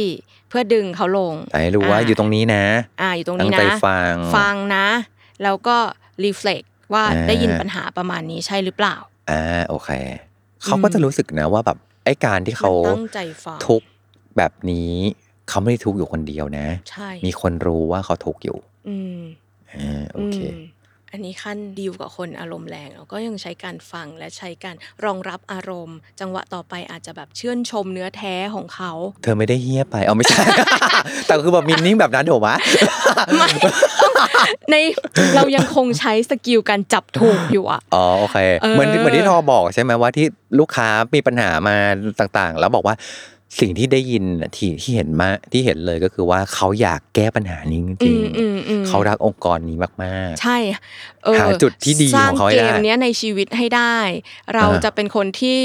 Speaker 3: เพื่อดึงเขาลง
Speaker 2: แต่ให้รู้ว่าอยู่ตรงนี้นะ
Speaker 3: อ่าอยู่ตรง
Speaker 2: ตั้
Speaker 3: นี้
Speaker 2: ง
Speaker 3: นะ
Speaker 2: ใจฟัง
Speaker 3: ฟังนะ แล้วก็ reflect ว่า
Speaker 2: อ่า
Speaker 3: ได้ยินปัญหาประมาณนี้ใช่หรือเปล่า
Speaker 2: อ่าโอเคเขาก็จะรู้สึกนะว่าแบบไอ้การที่เขา
Speaker 3: นตั้งใจฟัง
Speaker 2: ทุกข์แบบนี้ เขาไม่ได้ทุกข์อยู่คนเดียวนะ
Speaker 3: ใช่
Speaker 2: มีคนรู้ว่าเขาทุกข์อยู่
Speaker 3: อืม
Speaker 2: อ่าโอเค
Speaker 3: มอันนี้ขั้นดีลกับคนอารมณ์แรงแล้วก็ยังใช้การฟังและใช้การรองรับอารมณ์ จังหวะต่อไปอาจจะแบบชื่นชมเนื้อแท้ของเขา
Speaker 2: เธอไม่ได้เฮี้ยไปเอาไม่ใช่ (laughs) แต่คือแบบมินนิ่งแบบนั้นถูกไหม (laughs)
Speaker 3: ไม่ต้องในเรายังคงใช้สกิลการจับถูกอยู่อะ
Speaker 2: อ๋อโอเค
Speaker 3: เออ
Speaker 2: เหมือนเหมือนที่ทอบอกใช่ไหมว่าที่ลูกค้ามีปัญหามาต่างๆ แล้วบอกว่าสิ่งที่ได้ยินน่ะที่ที่เห็นมาที่เห็นเลยก็คือว่าเขาอยากแก้ปัญหานี้จริง
Speaker 3: อืมอืมอืม
Speaker 2: เขารักองค์กรนี้มาก
Speaker 3: ใช่เออ
Speaker 2: หาจุดที่ดี
Speaker 3: สร้า
Speaker 2: ของเขาให้
Speaker 3: เก
Speaker 2: ได้
Speaker 3: มเนี้ยในชีวิตให้ได้ เรา
Speaker 2: อ่า
Speaker 3: จะเป็นคนที่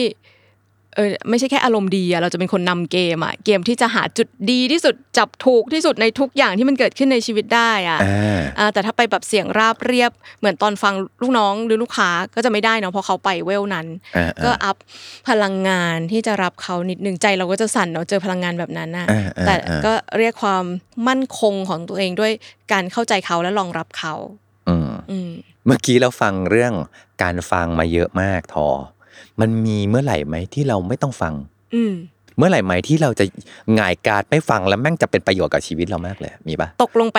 Speaker 3: เออไม่ใช่แค่อารมณ์ดีอะเราจะเป็นคนนำเกมอะเกมที่จะหาจุดดีที่สุดจับถูกที่สุดในทุกอย่างที่มันเกิดขึ้นในชีวิตได้อะ
Speaker 2: ๆอ่า
Speaker 3: อ่าแต่ถ้าไปแบบเสียงราบเรียบเหมือนตอนฟังลูกน้องหรือลูกค้าก็จะไม่ได้เนาะเพราะเขาไปเวลนั้น
Speaker 2: อ่า
Speaker 3: ก็
Speaker 2: อ่า
Speaker 3: อัพพลังงานที่จะรับเขานิดนึงใจเราก็จะสั่นเนาะเจอพลังงานแบบนั้นน่ะ
Speaker 2: อ่าอ่า
Speaker 3: แต่
Speaker 2: อ่า
Speaker 3: ก็เรียกความมั่นคงของตัวเองด้วยการเข้าใจเขาและรองรับเขา
Speaker 2: อืม
Speaker 3: อืม
Speaker 2: เมื่อกี้เราฟังเรื่องการฟังมาเยอะมากทอ มันมีเมื่อไหร่ไหมที่เราไม่ต้องฟัง
Speaker 3: อืม
Speaker 2: เมื่อไหร่ไหมที่เราจะหงายการดไม่ฟังแล้วแม่งจะเป็นประโยชน์กับชีวิตเรามากเลยมีปะ
Speaker 3: ตกลงไป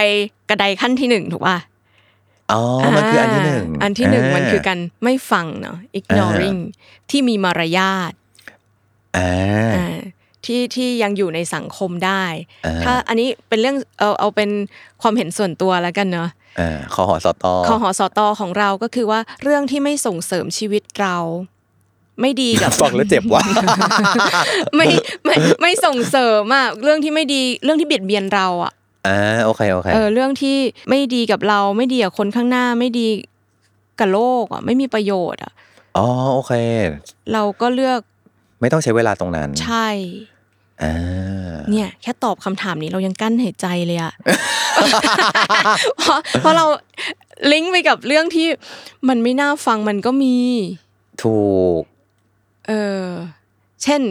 Speaker 3: กระไดขั้นที่หนึ่งถูกป่ะ
Speaker 2: อ๋อมันคืออันที่หนึ่ง
Speaker 3: อ่าอันที่หนึ่ง
Speaker 2: า
Speaker 3: มันคือการไม่ฟังเนาะ ignoring ที่มีมารยาท
Speaker 2: อ่า
Speaker 3: อ่าที่ที่ยังอยู่ในสังคมได้
Speaker 2: อ่า
Speaker 3: ถ้าอันนี้เป็นเรื่องเอาเอาเป็นความเห็นส่วนตัวแล้วกันเนาะ
Speaker 2: อ่าคอหอสตอ
Speaker 3: คอหอสตอของเราก็คือว่าเรื่องที่ไม่ส่งเสริมชีวิตเรา ไม่ดี
Speaker 2: (laughs)
Speaker 3: กับ
Speaker 2: ฟังแล้วเจ็บ
Speaker 3: (laughs)
Speaker 2: ว่ะ
Speaker 3: ไม่ไม่ไม่ส่งเสริมอะเรื่องที่ไม่ดีเรื่องที่เบียดเบียนเราอะ
Speaker 2: อ่าโอเคโอเค
Speaker 3: เออเรื่องที่ไม่ดีกับเราไม่ดีกับคนข้างหน้าไม่ดีกับโลกอะไม่มีประโยชน์อะ
Speaker 2: อ๋อโอเค
Speaker 3: เราก็เลือก
Speaker 2: ไม่ต้องใช้เวลาตรงนั้น
Speaker 3: ใช่
Speaker 2: อ่า
Speaker 3: เนี่ย แค่ตอบคำถามนี้เรายังกั้นหายใจเลยอะ
Speaker 2: (laughs)
Speaker 3: เพราะเพราะเราลิงก์ไปกับเรื่องที่มันไม่น่าฟังมันก็มี
Speaker 2: ถูก
Speaker 3: เออเช่น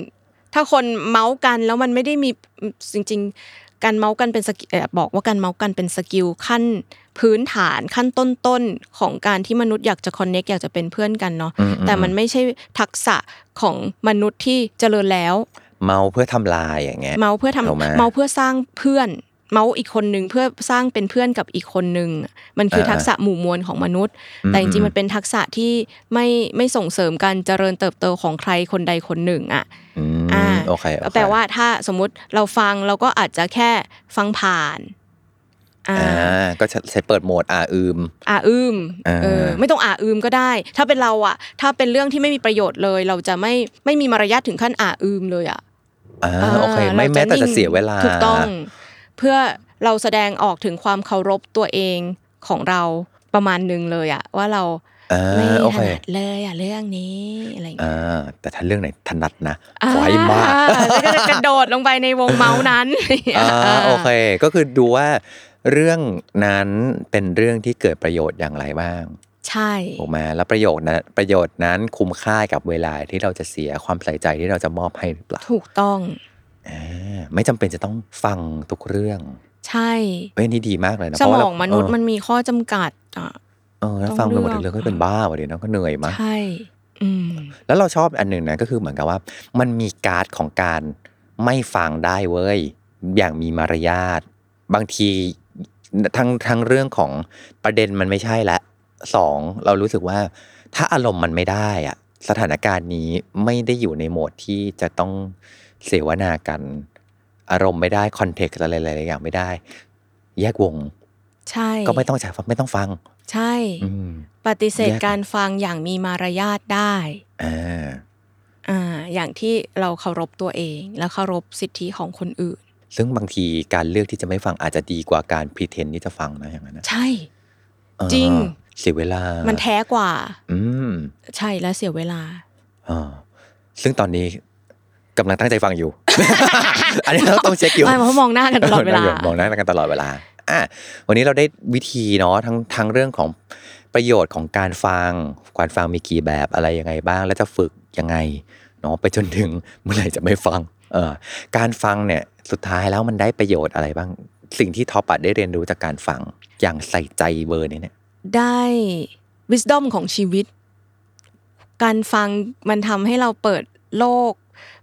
Speaker 3: ถ้าคนเมาส์กันแล้วมันไม่ได้มีจริง ๆ การเมาส์กันเป็นสกิลเอ่อบอกว่าการเมาส์กันเป็นสกิลขั้นพื้นฐานขั้นต้นๆของการที่มนุษย์อยากจะคอนเน็กอยากจะเป็นเพื่อนกันเนาะ
Speaker 2: อืมอืม
Speaker 3: แต่มันไม่ใช่ทักษะของมนุษย์ที่เจริญแล้ว
Speaker 2: เมาเพื่อทำลายอย่างเงี้ย
Speaker 3: เมาส์เพื่อทำ
Speaker 2: เอามา
Speaker 3: เมาส์เพื่อสร้างเพื่อน เมาส์อีกคนหนึ่งเพื่อสร้างเป็นเพื่อนกับอีกคนหนึ่งมันคือ
Speaker 2: เออ
Speaker 3: ทักษะหมู่มวลของมนุษย์ แต่จริงๆมันเป็นทักษะที่ไม่ไม่ส่งเสริมการเจริญเติบโตของใครคนใดคนหนึ่งอ่ะ
Speaker 2: อืม
Speaker 3: อ่า
Speaker 2: โอเคโอเค
Speaker 3: ก็แปลว่าถ้าสมมุติเราฟังเราก็อาจจะแค่ฟังผ่านอ่า
Speaker 2: อ่าก็ใช้เปิดโหมดอาอืม
Speaker 3: อาอืม
Speaker 2: อ่า
Speaker 3: เออไม่ต้องอาอืมก็ได้ ถ้าเป็นเราอ่ะ ถ้าเป็นเรื่องที่ไม่มีประโยชน์เลย เราจะไม่ไม่มีมารยาทถึงขั้นอาอืมเลยอ่ะ
Speaker 2: อ่าโอเค
Speaker 3: า
Speaker 2: ไม่
Speaker 3: รา
Speaker 2: แม้แต่จะ
Speaker 3: นิ่ง
Speaker 2: เสียเวลา
Speaker 3: ถูกต้อง เพื่อเราแสดงออกถึงความเคารพตัวเองของเราประมาณหนึ่งเลยอ่ะ ว่าเรา
Speaker 2: อ่า
Speaker 3: ไม่
Speaker 2: โอ
Speaker 3: ถ
Speaker 2: เค
Speaker 3: นัดเลยอ่ะเรื่องนี้อะไรอย่างเงี้ย
Speaker 2: อ่าแต่ถ้าเรื่องไหนถนัดนะขอให้มาก
Speaker 3: อ่แล้วก็จะกระโดดลงไปในวงเมาส์นั้น
Speaker 2: อ่า
Speaker 3: า
Speaker 2: โอเคก็คือดูว่าเรื่องนั้นเป็นเรื่องที่เกิดประโยชน์อย่างไรบ้าง
Speaker 3: ใช่
Speaker 2: ถูกไหมแล้วประโยชน์นะประโยชน์นั้นคุ้มค่ากับเวลาที่เราจะเสียความใส่ใจที่เราจะมอบให้หรือเปล่า
Speaker 3: ถูกต้อง
Speaker 2: อ่าไม่จำเป็นจะต้องฟังทุกเรื่อง
Speaker 3: ใช่
Speaker 2: เว้ยนี่ดีมากเลยนะ
Speaker 3: ส
Speaker 2: เพ
Speaker 3: ม
Speaker 2: ราะว่า
Speaker 3: องมนุษย์
Speaker 2: เออ
Speaker 3: มันมีข้อจำกัดอ่ะ
Speaker 2: เออแล้ว
Speaker 3: ต้อง
Speaker 2: ฟังไปหมด
Speaker 3: เลือก
Speaker 2: เรื่องก็เป็นบ้าหมดเลยเนาะก็เหนื่อยมาก
Speaker 3: ใช่ อืม
Speaker 2: แล้วเราชอบอันหนึ่งนะก็คือเหมือนกับว่า มันมีการ์ดของการไม่ฟังได้เว้ยอย่างมีมารยาทบางทีทั้งทั้งเรื่องของประเด็นมันไม่ใช่ละสองเรารู้สึกว่า ถ้าอารมณ์มันไม่ได้อะสถานการณ์นี้ไม่ได้อยู่ในโหมดที่จะต้องเสวนากัน อารมณ์ไม่ได้คอนเท็กซ์อะไรหลายๆอย่างไม่ได้ แยกวง
Speaker 3: ใช่
Speaker 2: ก็ไม่ต้องจ่ายฟังไม่ต้องฟัง
Speaker 3: ใช่
Speaker 2: อืม
Speaker 3: ปฏิเสธ
Speaker 2: แยก
Speaker 3: การฟังอย่างมีมารยาทได้
Speaker 2: อ่า
Speaker 3: อ่า อย่างที่เราเคารพตัวเอง และเคารพสิทธิของคนอื่น
Speaker 2: ซึ่งบางทีการเลือกที่จะไม่ฟังอาจจะดีกว่าการพรีเทนที่จะฟังนะอย่างนั้นนะ
Speaker 3: ใช่ จริง
Speaker 2: เออเสียเวลา
Speaker 3: มั
Speaker 2: มัน
Speaker 3: แท้กว่า
Speaker 2: อืม
Speaker 3: ใช่และเสียเวลา
Speaker 2: อ่าซึ่งตอนนี้กำลังตั้งใจฟังอยู่ (laughs) อันนี้เราต้องเช็คอยู่
Speaker 3: ไม่เพราะมองหน้ากันตลอดเว
Speaker 2: นั่
Speaker 3: ลา
Speaker 2: งยู่มองหน้ากันตลอดเวลาอ่ะวันนี้เราได้วิธีเนาะทั้งทั้งเรื่องของประโยชน์ของการฟังการฟังมีกี่แบบอะไรยังไงบ้าง แล้วจะฝึกยังไงเนาะไปจนถึงเมื่อไหร่จะไม่ฟังเออการฟังเนี่ยสุดท้ายแล้วมันได้ประโยชน์อะไรบ้าง สิ่งที่ทอปัดได้เรียนรู้จากการฟังอย่างใส่ใจเบอร์นี้เนี่ย
Speaker 3: ได้ wisdom ของชีวิต การฟังมันทำให้เราเปิดโลก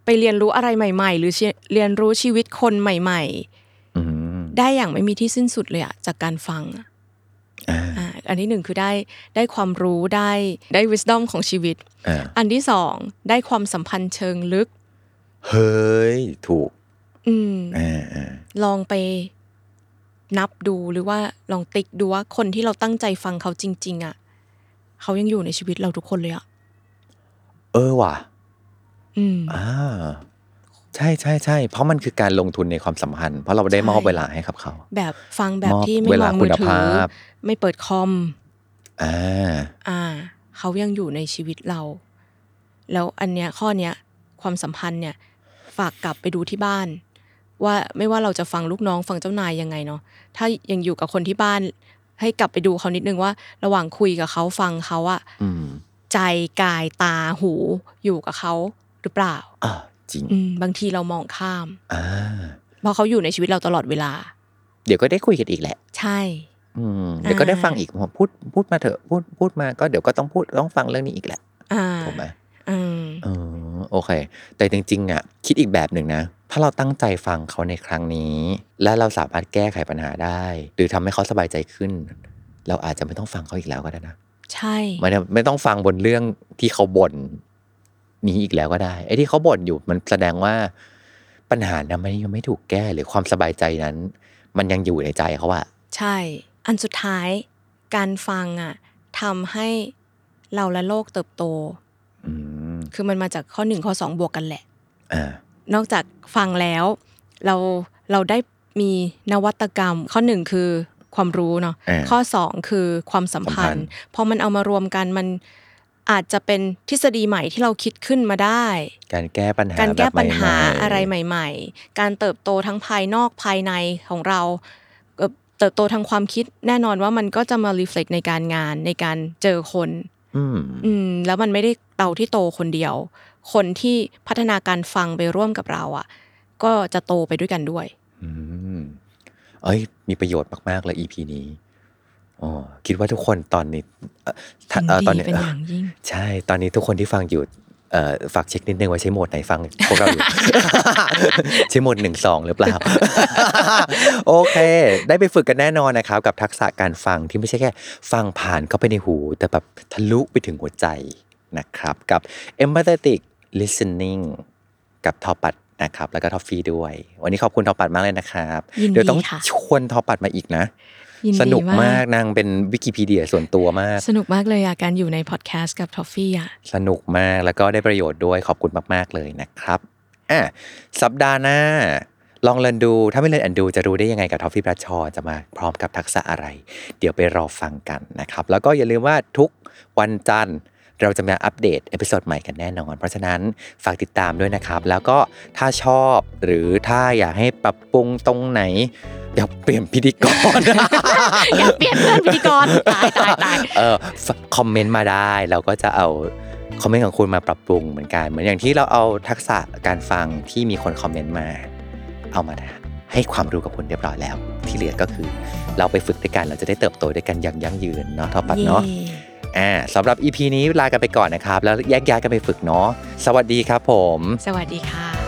Speaker 3: ไปเรียนรู้อะไรใหม่ ๆ หรือเชีเรียนรู้ชีวิตคนใหม่ ๆ ได้อย่างไม่มีที่สิ้นสุดเลยอะจากการฟังอะ
Speaker 2: อ่า
Speaker 3: อ่าอันที่หนึ่งคือได้ได้ความรู้ได้ได้ wisdom ของชีวิต
Speaker 2: อ่า
Speaker 3: อันที่สองได้ความสัมพันธ์เชิงลึก
Speaker 2: เฮ้ย ถูก
Speaker 3: อืม
Speaker 2: อ่าอ่า
Speaker 3: ลองไปนับดูหรือว่าลองติ๊กดูว่าคนที่เราตั้งใจฟังเขาจริง ๆ อ่ะ เขายังอยู่ในชีวิตเราทุกคนเลยอ่ะ
Speaker 2: เออว่ะ
Speaker 3: อืม
Speaker 2: อ่าใช่ใช่ใช่เพราะมันคือการลงทุนในความสัมพันธ์ เพราะเราได้มอบ
Speaker 3: ใช่
Speaker 2: เวลาให้กับเขา
Speaker 3: แบบฟังแบบ
Speaker 2: มอบ
Speaker 3: ที่ไม่
Speaker 2: เว
Speaker 3: ม
Speaker 2: ลา
Speaker 3: อง
Speaker 2: คุ
Speaker 3: มือ
Speaker 2: ณ
Speaker 3: ถื
Speaker 2: ภา
Speaker 3: อ
Speaker 2: พ
Speaker 3: ไม่เปิดคอม
Speaker 2: อ่า
Speaker 3: อ่า เขายังอยู่ในชีวิตเรา แล้วอันเนี้ยข้อเนี้ย ความสัมพันธ์เนี่ย ฝากกลับไปดูที่บ้าน ว่าไม่ว่าเราจะฟังลูกน้องฟังเจ้านายยังไงเนาะถ้ายังอยู่กับคนที่บ้าน ให้กลับไปดูเขานิดนึงว่า ระหว่างคุยกับเขาฟังเขาอะ
Speaker 2: อืม
Speaker 3: ใจกายตาหูอยู่กับเขาหรือเปล่า
Speaker 2: อ่าจริง
Speaker 3: อืมบางทีเรามองข้าม
Speaker 2: อ่า
Speaker 3: เพราะเขาอยู่ในชีวิตเราตลอดเวลา
Speaker 2: เดี๋ยวก็ได้คุยกันอีกแหละ
Speaker 3: ใช่
Speaker 2: อืมเดี๋ยวก็ได้ฟังอีกพูดพูดมาเถอะพูดพูดมาก็เดี๋ยวก็ต้องพูดต้องฟังเรื่องนี้อีกแหละ
Speaker 3: อ่า
Speaker 2: ถูกไหม
Speaker 3: อืม
Speaker 2: เออโอเค แต่จริง ๆ อ่ะ คิดอีกแบบหนึ่งนะ ถ้าเราตั้งใจฟังเขาในครั้งนี้ และเราสามารถแก้ไขปัญหาได้ หรือทำให้เขาสบายใจขึ้น เราอาจจะไม่ต้องฟังเขาอีกแล้วก็ได้นะ
Speaker 3: ใช่
Speaker 2: มันไม่ต้องฟังบนเรื่องที่เขาบ่นนี้อีกแล้วก็ได้ไอ้ที่เขาบ่นอยู่มันแสดงว่า ปัญหานั้นมันยังไม่ถูกแก้หรือความสบายใจนั้น มันยังอยู่ในใจเขาอะ
Speaker 3: ใช่ อันสุดท้าย การฟังอ่ะทำให้เราและโลกเติบโต
Speaker 2: อืม
Speaker 3: คือมันมาจากข้อหนึ่งข้อสองบวกกันแหละ
Speaker 2: อ่าน
Speaker 3: อกจากฟังแล้ว เราเราได้มีนวัตกรรม ข้อหนึ่งคือความรู้เนาะ
Speaker 2: อ่า
Speaker 3: ข้อ 2 คือความสัมพั
Speaker 2: สัมพั
Speaker 3: น
Speaker 2: นธ์
Speaker 3: ธ์พอมันเอามารวมกันมันอาจจะเป็นทฤษฎีใหม่ที่เราคิดขึ้นมาได้
Speaker 2: การแก้ปัญหา
Speaker 3: การแก้ปัญหา
Speaker 2: แบบใม่ๆ
Speaker 3: อะไรใหม่ ๆ การเติบโตทั้งภายนอกภายในของเราเอ่อเติบโตทางความคิดแน่นอนว่ามันก็จะมา reflect ในการงานในการเจอคน
Speaker 2: อืม
Speaker 3: อืมแล้วมันไม่ได้เราที่โตคนเดียว คนที่พัฒนาการฟังไปร่วมกับเราอ่ะ ก็จะโตไปด้วยกันด้วย
Speaker 2: อืมเอ้ย มีประโยชน์มากๆเลย EP นี้อ๋อคิดว่าทุกคนตอนนี้เอ่อถ้าเอ่อตอนนี้
Speaker 3: ดีเป็นอย่างยิ่ง
Speaker 2: ใช่ ตอนนี้ทุกคนที่ฟังอยู่เอ่อฝากเช็คนิดนึงว่าใช้โหมดไหน
Speaker 3: (laughs)
Speaker 2: ฟังพวกเราอยู่ (laughs) ใช้โหมดหนึ่งสองหรือเปล่า (laughs) โอเค ได้ไปฝึกกันแน่นอนนะครับ กับทักษะการฟังที่ไม่ใช่แค่ ฟังผ่านเข้าไปในหู แต่แบบทะลุไปถึงหัวใจนะครับ กับ empathetic listening กับทอปัดนะครับ แล้วก็ทอฟฟี่ด้วย วันนี้ขอบคุณทอปัดมากเลยนะครับ
Speaker 3: ยินดี
Speaker 2: เดี๋ยวต้อง
Speaker 3: ค่ะ
Speaker 2: ชวนทอปัดมาอีกนะ
Speaker 3: ยิดี
Speaker 2: สนุกมากนางเป็นวิกิพีเดียส่วนตัวมาก
Speaker 3: สนุกมากเลยอ่ะ การอยู่ในพอดแคสต์กับทอฟฟี่อ่ะ
Speaker 2: สนุกมากแล้วก็ได้ประโยชน์ด้วยขอบคุณมาก ๆ เลยนะครับอ่ะสัปดาห์หน้า ลองเรียนดูถ้าไม่เรียนอันดูจะรู้ได้ยังไงกับทอฟฟี่ประชอจะมาพร้อมกับทักษะอะไร เดี๋ยวไปรอฟังกันนะครับ แล้วก็อย่าลืมว่าทุกวันจันทร์ เราจะมาอัปเดตเอพิโซดใหม่กันแน่นอน เพราะฉะนั้นฝากติดตามด้วยนะครับ แล้วก็ถ้าชอบหรือถ้าอยากให้ปรับปรุงตรงไหน อยากเปลี่ยนพิธีกร
Speaker 3: อยากเปลี่ยนเพื่อนพิธีกรตายตายตาย
Speaker 2: เออฝคอมเมนต์มาได้เราก็จะเอาคอมเมนต์ของคุณมาปรับปรุงเหมือนกัน เหมือนอย่างที่เราเอาทักษะการฟังที่มีคนคอมเมนต์มา เอามาให้ความรู้กับคุณเรียบร้อยแล้ว ที่เหลือก็คือ เราไปฝึกด้วยกันเราจะได้เติบโตด้วยกันอย่างยั่งยืนเนาะทอปัดเนาะอ่าสำหรับ EP นี้ลากันไปก่อนนะครับ แล้วแยกย้ายกันไปฝึกเนาะสวัสดีครับผม
Speaker 3: สวัสดีค่ะ